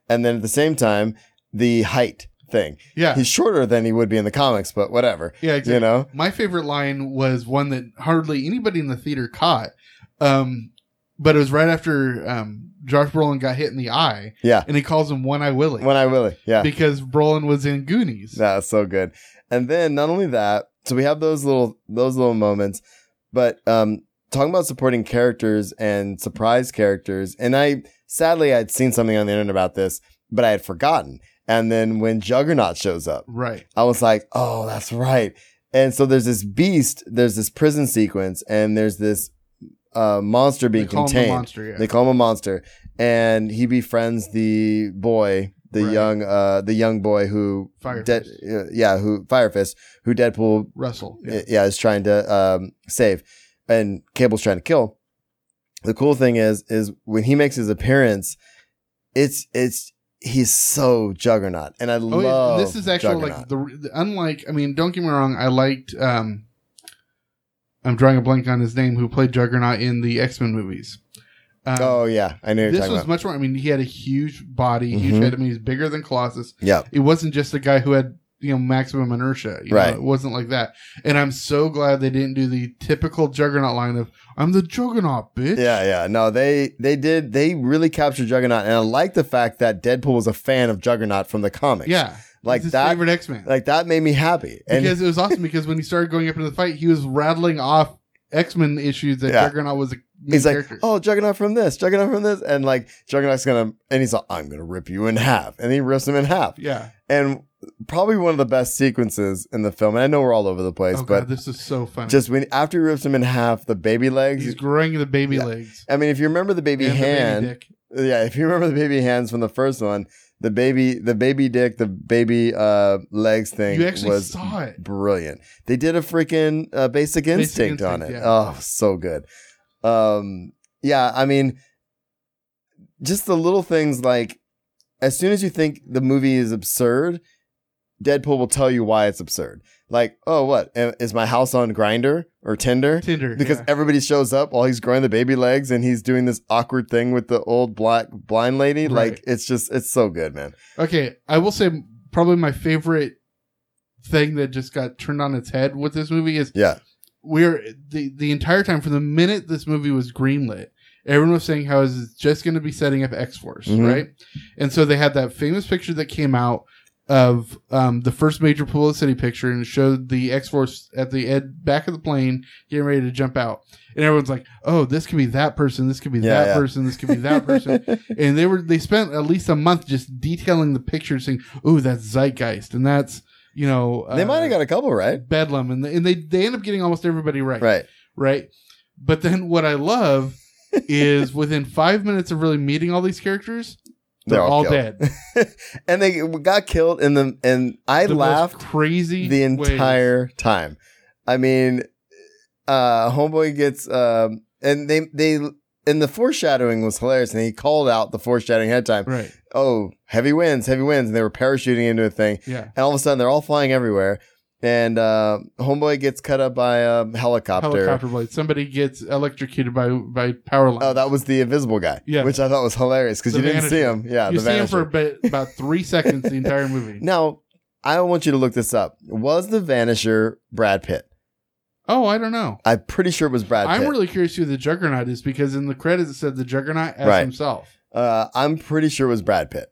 And then at the same time, the height thing. Yeah, He's shorter than he would be in the comics, but whatever. yeah, exactly. You know? My favorite line was one that hardly anybody in the theater caught. Um, but it was right after um, Josh Brolin got hit in the eye. Yeah. And he calls him One Eye Willie When I Willie. Yeah. because Brolin was in Goonies. That's so good. And then not only that, so we have those little those little moments, but um talking about supporting characters and surprise characters, and I sadly I'd seen something on the internet about this, but I had forgotten. And then when Juggernaut shows up, Right. I was like, oh, that's right. And so there's this beast, there's this prison sequence, and there's this uh, monster being They call him contained. the monster. Yeah. They call him a monster, and he befriends the boy, the Right. young, uh, the young boy who, Fire Dead- Fist. uh, yeah, who Firefist, who Deadpool, Russell. yeah. yeah, is trying to um, save, and Cable's trying to kill. The cool thing is, is when he makes his appearance, it's it's he's so juggernaut, and I Oh, yeah, love. this is actually Juggernaut. like the, the unlike. I mean, don't get me wrong. I liked. Um, I'm drawing a blank on his name. Who played Juggernaut in the X Men movies? Um, Oh yeah, I knew you were this talking was about. much more. I mean, he had a huge body, huge Mhm. head. I mean, he's bigger than Colossus. yeah, it wasn't just a guy who had you know maximum inertia you know, Right. it wasn't like that and i'm so glad they didn't do the typical juggernaut line of i'm the juggernaut bitch yeah, yeah. No, they they did. They really captured Juggernaut, and I like the fact that Deadpool was a fan of Juggernaut from the comics. yeah Like He's his that- favorite x-man like that made me happy. And because it was awesome because when he started going up into the fight he was rattling off x-men issues that Yeah. juggernaut was a main he's like, character "Oh, Juggernaut from this, Juggernaut from this," and like Juggernaut's gonna, and he's like, "I'm gonna rip you in half," and he rips him in half. yeah And probably one of the best sequences in the film. And I know we're all over the place, oh but god this is so funny just when after he rips him in half, the baby legs. he's growing the baby Yeah. legs I mean, if you remember the baby and the hand, dick. yeah if you remember the baby hands from the first one the baby the baby dick the baby uh legs thing you actually was saw it brilliant they did a freaking uh, basic, instinct on it Instinct, oh so good um yeah i mean just the little things like as soon as you think the movie is absurd deadpool will tell you why it's absurd like oh what i- is my house on grinder or tinder tinder because yeah. everybody shows up while he's growing the baby legs and he's doing this awkward thing with the old black blind lady. Right. Like it's just it's so good, man. Okay, I will say probably my favorite thing that just got turned on its head with this movie is Yeah, we're the the entire time from the minute this movie was greenlit, everyone was saying how is it just going to be setting up X Force, Mhm. right? And so they had that famous picture that came out of um, the first major publicity picture and it showed the X Force at the ed- back of the plane getting ready to jump out, and everyone's like, "Oh, this could be that person, this could be Yeah, that yeah. person, this could be that person." and they were they spent at least a month just detailing the pictures, saying, "Oh, that's Zeitgeist," and that's you know they might have uh, got a couple right, Bedlam, and they, and they they end up getting almost everybody right, right? right? But then what I love is within five minutes of really meeting all these characters, They're, all killed. dead. and they got killed in the and I The most laughed crazy the ways. entire time. I mean, uh, homeboy gets um, and they they and the foreshadowing was hilarious, and he called out the foreshadowing ahead of time. right. Oh, heavy winds, heavy winds, and they were parachuting into a thing, Yeah. and all of a sudden they're all flying everywhere. And uh, homeboy gets cut up by a helicopter. Helicopter blade. Somebody gets electrocuted by by power lines. Oh, that was the invisible guy, Yeah. which I thought was hilarious because The you didn't see Vanisher. him. Yeah, you the see him for Vanisher. a bit, about three seconds the entire movie. Now, I want you to look this up. Was the Vanisher Brad Pitt? Oh, I don't know. I'm pretty sure it was Brad I'm Pitt. really curious who the Juggernaut is because in the credits it said the Juggernaut as Right. himself. uh, I'm pretty sure it was Brad Pitt,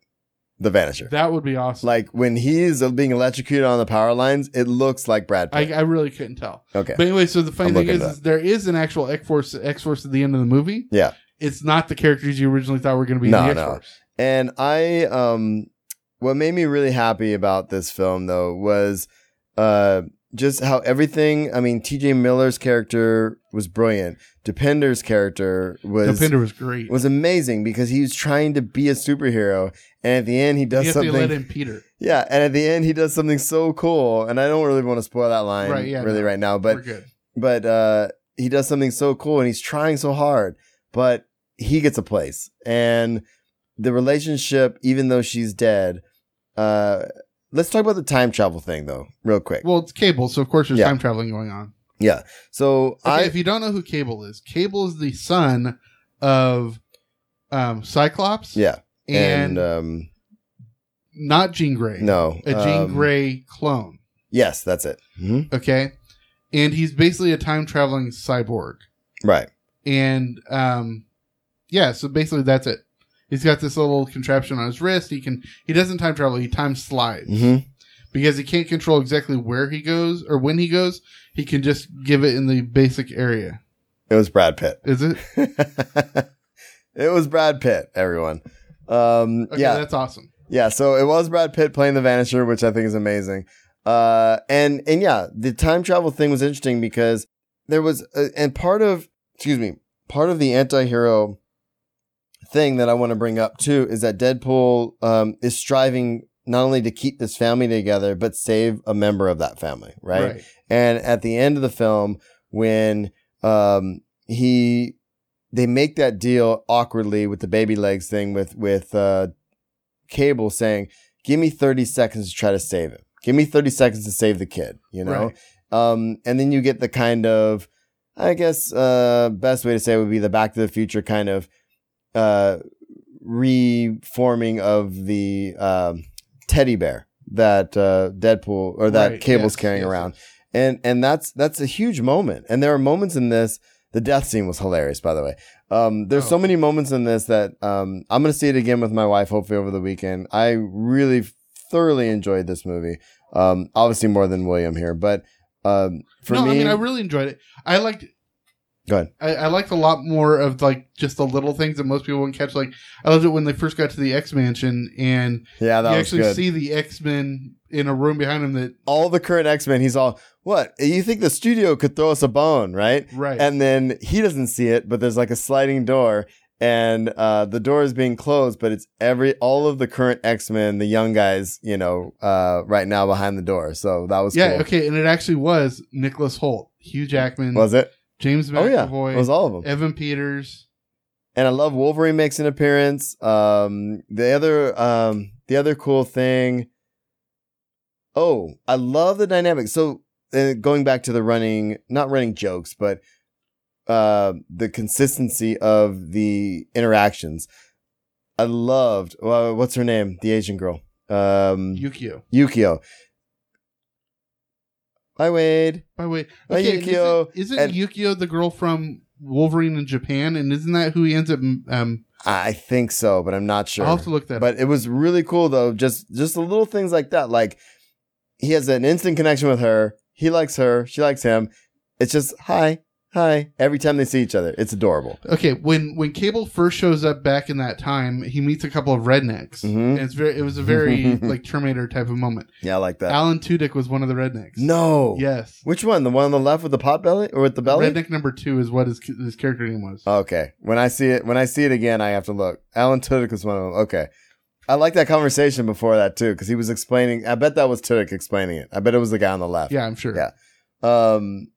the Vanisher. That would be awesome. like when he's being electrocuted on the power lines, it looks like Brad I, Pitt. I really couldn't tell. okay. But anyway, so the funny I'm thing looking is, it up. is there is an actual X Force X Force at the end of the movie. Yeah. It's not the characters you originally thought were going to be No, in the no. X Force. And I, um, what made me really happy about this film though was, uh, just how everything. I mean, T.J. Miller's character was brilliant. Depender's character was Depinder was great. was amazing because he was trying to be a superhero, and at the end he does Yes, they let something. in Peter. Yeah, and at the end he does something so cool, and I don't really want to spoil that line Right, yeah, really no, right now, we're but good. but uh, he does something so cool, and he's trying so hard, but he gets a place, and the relationship, even though she's dead. Uh, let's talk about the time travel thing though, real quick. Well, it's Cable, so of course there's Yeah. time traveling going on. so Okay, I if you don't know who Cable is, Cable is the son of um, Cyclops. yeah, and, and, um, not Jean Grey. no, a Jean um, Grey clone. Yes, that's it. Mhm. Okay, and he's basically a time traveling cyborg. Right. and um yeah so basically that's it he's got this little contraption on his wrist he can he doesn't time travel he time slides hmm because he can't control exactly where he goes or when he goes he can just give it in the basic area It was Brad Pitt. is it it was Brad Pitt, everyone. Um, okay yeah, that's awesome yeah. So it was Brad Pitt playing the Vanisher, which I think is amazing. Uh, and and yeah, the time travel thing was interesting because there was uh, and part of excuse me, part of the anti-hero thing that I want to bring up too is that Deadpool um, is striving not only to keep this family together but save a member of that family, right? And at the end of the film, when um, he they make that deal awkwardly with the baby legs thing with with uh, Cable saying, "Give me thirty seconds to try to save him. Give me thirty seconds to save the kid." You know, um, and then you get the kind of, I guess, uh, best way to say it would be the Back to the Future kind of uh, reforming of the um, teddy bear that uh, Deadpool or that Right, Cable's yes, carrying yes, around and and that's that's a huge moment and there are moments in this the death scene was hilarious by the way um there's so Oh. many moments in this that um i'm gonna see it again with my wife hopefully over the weekend i really thoroughly enjoyed this movie um obviously more than william here but um for no me i mean i really enjoyed it i liked Go ahead. I, I liked a lot more of like just the little things that most people wouldn't catch. Like I loved it when they first got to the X Mansion and yeah that you was actually good see the X Men in a room behind him. That all the current x-men he's all what you think the studio could throw us a bone right right, and then he doesn't see it but there's like a sliding door and uh, the door is being closed but it's every all of the current x-men the young guys you know uh, right now behind the door so that was yeah, cool. okay, and it actually was Nicholas Holt, Hugh Jackman, was it James oh yeah McAvoy, it was all of them Evan Peters. and i love wolverine makes an appearance um, the other um, the other cool thing oh i love the dynamic so uh, going back to the running not running jokes but uh, the consistency of the interactions. I loved uh, what's her name, the Asian girl, um, Yukio. Yukio. Hi Wade. By the way, Hi, okay, and Yukio, Isn't, isn't and- Yukio the girl from Wolverine in Japan? And isn't that who he ends up? Um, I think so, but I'm not sure. I'll have to look that. up. But it was really cool though. Just just the little things like that. Like he has an instant connection with her. He likes her. She likes him. It's just hi, hi. Every time they see each other, it's adorable. Okay, when when Cable first shows up back in that time, he meets a couple of rednecks. Mhm. And it's very, it was a very like Terminator type of moment. Yeah, I like that. Alan Tudyk was one of the rednecks. no. yes, Which one? The one on the left with the pot belly or with the belly? Uh, redneck number two is what his his character name was. Okay. When I see it, when I see it again, I have to look. Alan Tudyk was one of them. Okay. I like that conversation before that too, because he was explaining. I bet that was Turek explaining it. I bet it was the guy on the left. Yeah, I'm sure. Yeah. Um,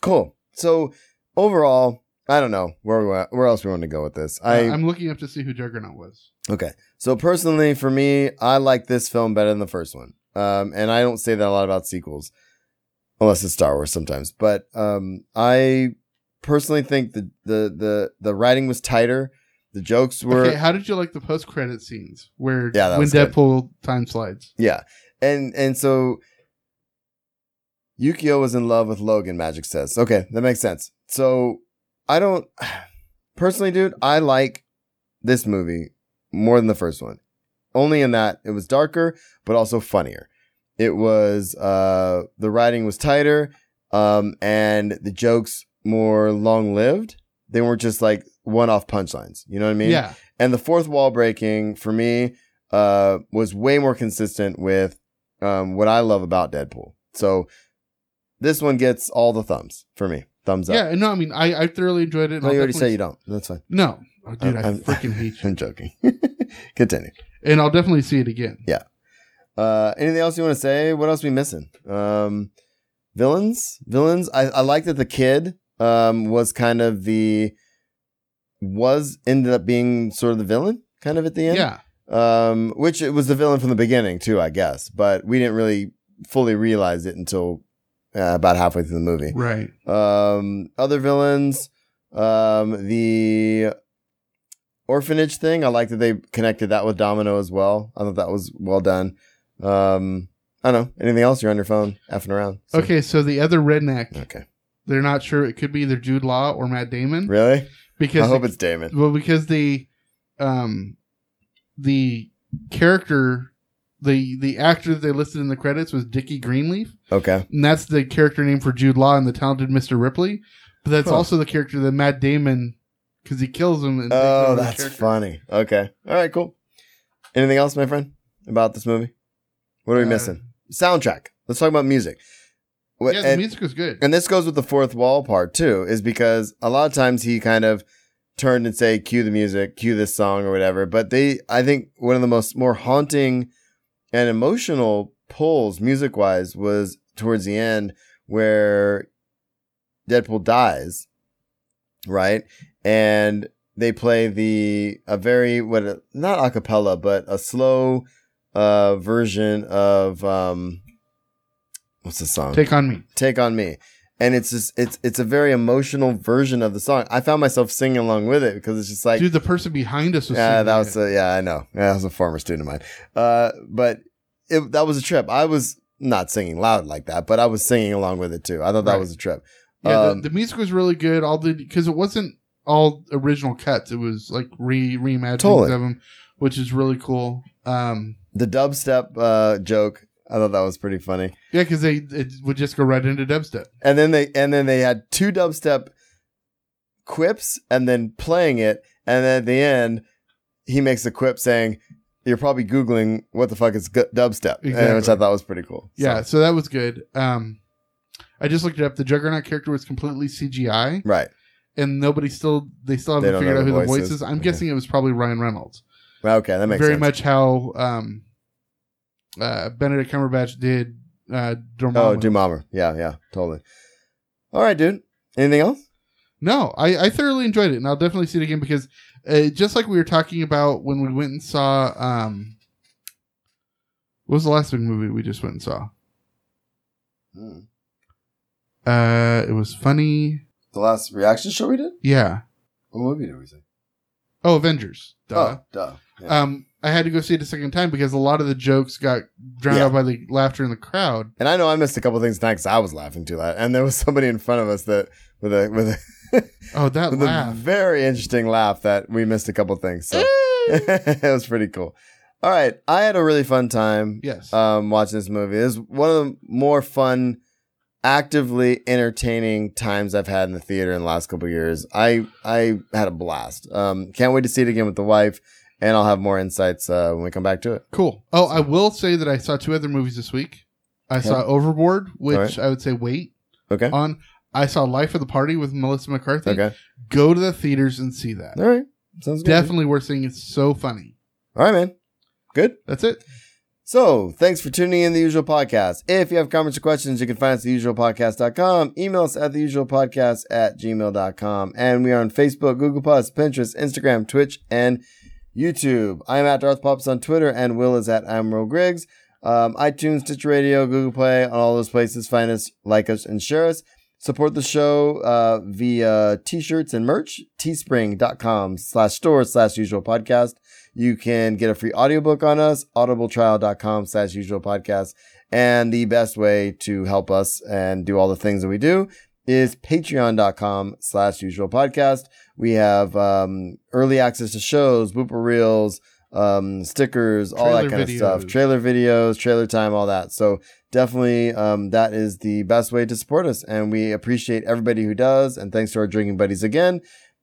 cool. So overall, I don't know where we wa- where else we want to go with this. I, I am Uh, looking up to see who Juggernaut was. okay. So personally, for me, I like this film better than the first one. Um, and I don't say that a lot about sequels, unless it's Star Wars sometimes. But um, I personally think the the the the writing was tighter. The jokes were okay, how did you like the post credit scenes where Yeah, that when was good. Deadpool time slides? Yeah. And and so Yukio was in love with Logan, Magic says. Okay, that makes sense. So I don't personally, dude, I like this movie more than the first one. Only in that it was darker, but also funnier. It was uh the writing was tighter, um, and the jokes more long lived. They weren't just like one off punchlines. You know what I mean? yeah. And the fourth wall breaking for me uh, was way more consistent with um, what I love about Deadpool. So this one gets all the thumbs for me. Thumbs up. Yeah, no, I mean I, I thoroughly enjoyed it. and No, I'll you already definitely- said you don't. That's fine. No. Oh, dude, i I'm- freaking hate you. I'm joking. Continue. And I'll definitely see it again. Uh, anything else you want to say? What else we missing? Um, villains, villains. I, I like that the kid um, was kind of the was ended up being sort of the villain kind of at the end. Yeah. um, which it was the villain from the beginning too, I guess, but we didn't really fully realize it until uh, about halfway through the movie. Right. Um, other villains, um, the orphanage thing. I like that they connected that with Domino as well. I thought that was well done. Um, I don't know anything else. You're on your phone, effing around. so- Okay, so the other redneck, Okay. they're not sure. It could be either Jude Law or Matt Damon. Really? Because I hope the- it's Damon. well, because the um the character the the actor that they listed in the credits was Dickie Greenleaf, Okay. and that's the character name for Jude Law and the talented Mr. Ripley. But that's Huh. also the character that Matt Damon because he kills him. And takes Oh, over the that's character. funny. Okay. All right, cool. Anything else, my friend, about this movie? What are we Uh, missing? Soundtrack. Let's talk about music. Wh- Yeah, the and, music was good. and this goes with the fourth wall part too, is because a lot of times he kind of turned and say, cue the music, cue this song or whatever. But they, I think one of the most more haunting and emotional pulls music wise was towards the end where Deadpool dies, right? And they play the a very what not a cappella but a slow uh version of um what's the song Take on me. Take on me. And it's just it's it's a very emotional version of the song. I found myself singing along with it because it's just like Dude, the person behind us was. yeah, singing that it. was a, yeah, I know. Yeah, That was a former student of mine. Uh, but it, that was a trip. I was not singing loud like that, but I was singing along with it too. I thought that Right. was a trip. Yeah, Um, the, the music was really good. All the because it wasn't all original cuts. It was like re reimaginings Totally. of them, which is really cool. Um, The dubstep uh, joke, I thought that was pretty funny. yeah, because they it would just go right into dubstep. And then they and then they had two dubstep quips and then playing it, and then at the end he makes a quip saying, "You're probably googling what the fuck is gu- dubstep," and- which I Exactly. thought was pretty cool. So- Yeah, so that was good. Um, I just looked it up. The Juggernaut character was completely CGI, right. and nobody still they still They haven't don't figured know out the who the voice voice is. is. I'm Okay. guessing it was probably Ryan Reynolds. Okay, that makes Very sense. much how um, uh, Benedict Cumberbatch did uh, Dormammu. Oh, Doomhammer. Yeah, yeah, totally. All right, dude. Anything else? No, I, I thoroughly enjoyed it, and I'll definitely see it again because uh, just like we were talking about when we went and saw um, what was the last big movie we just went and saw? Hmm. Uh, it was funny. The last reaction show we did? Yeah. What movie did we see? Oh, Avengers. Duh. Oh, duh. Yeah. Um, I had to go see it a second time because a lot of the jokes got drowned Yeah. out by the laughter in the crowd. and I know I missed a couple things tonight because I was laughing too loud, and there was somebody in front of us that with a with a Oh, that with a laugh. very interesting laugh that we missed a couple things. So it was pretty cool. All right, I had a really fun time. yes. um, watching this movie. It was one of the more fun, actively entertaining times I've had in the theater in the last couple of years. I I had a blast. Um, can't wait to see it again with the wife, and I'll have more insights uh, when we come back to it. cool. Oh, I will say that I saw two other movies this week. I saw Overboard, which Alright. I would say wait Okay. on. I saw Life of the Party with Melissa McCarthy. Okay. Go to the theaters and see that. All right. Sounds good. Definitely worth seeing. It's so funny. All right, man. Good. That's it. So, thanks for tuning in to the usual podcast. If you have comments or questions, you can find us at theusualpodcast.com, email us at theusualpodcast at gmail.com, and we are on Facebook, Google Plus, Pinterest, Instagram, Twitch, and YouTube. I am at Darth Pops on Twitter, and Will is at Admiral Griggs. Um, iTunes, Stitch Radio, Google Play, on all those places, find us, like us, and share us. Support the show uh, via t-shirts and merch, teespring.com slash store slash usual podcast. You can get a free audiobook on us, audibletrial.com slash usual podcast. And the best way to help us and do all the things that we do is patreon.com slash usual podcast. We have um, early access to shows, blooper reels, um, stickers, all that Trailer kind of stuff, videos. trailer videos, trailer time, all that. So definitely um, that is the best way to support us. And we appreciate everybody who does. And thanks to our drinking buddies again.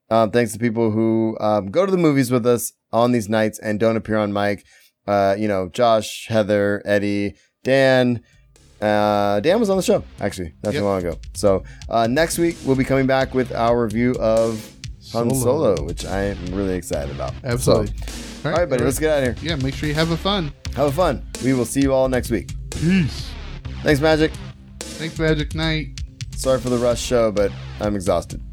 Um, thanks to people who um, go to the movies with us on these nights and don't appear on mic. Uh, you know, Josh, Heather, Eddie, Dan. Uh, Dan was on the show actually not too Yep. long ago. So uh, next week we'll be coming back with our review of Han Solo, which I am really excited about. So, Absolutely. all right, buddy, let's get out of here. Yeah, make sure you have a fun. Have fun. We will see you all next week. Peace. Thanks, Magic. Thanks, Magic Knight. Sorry for the rush show, but I'm exhausted.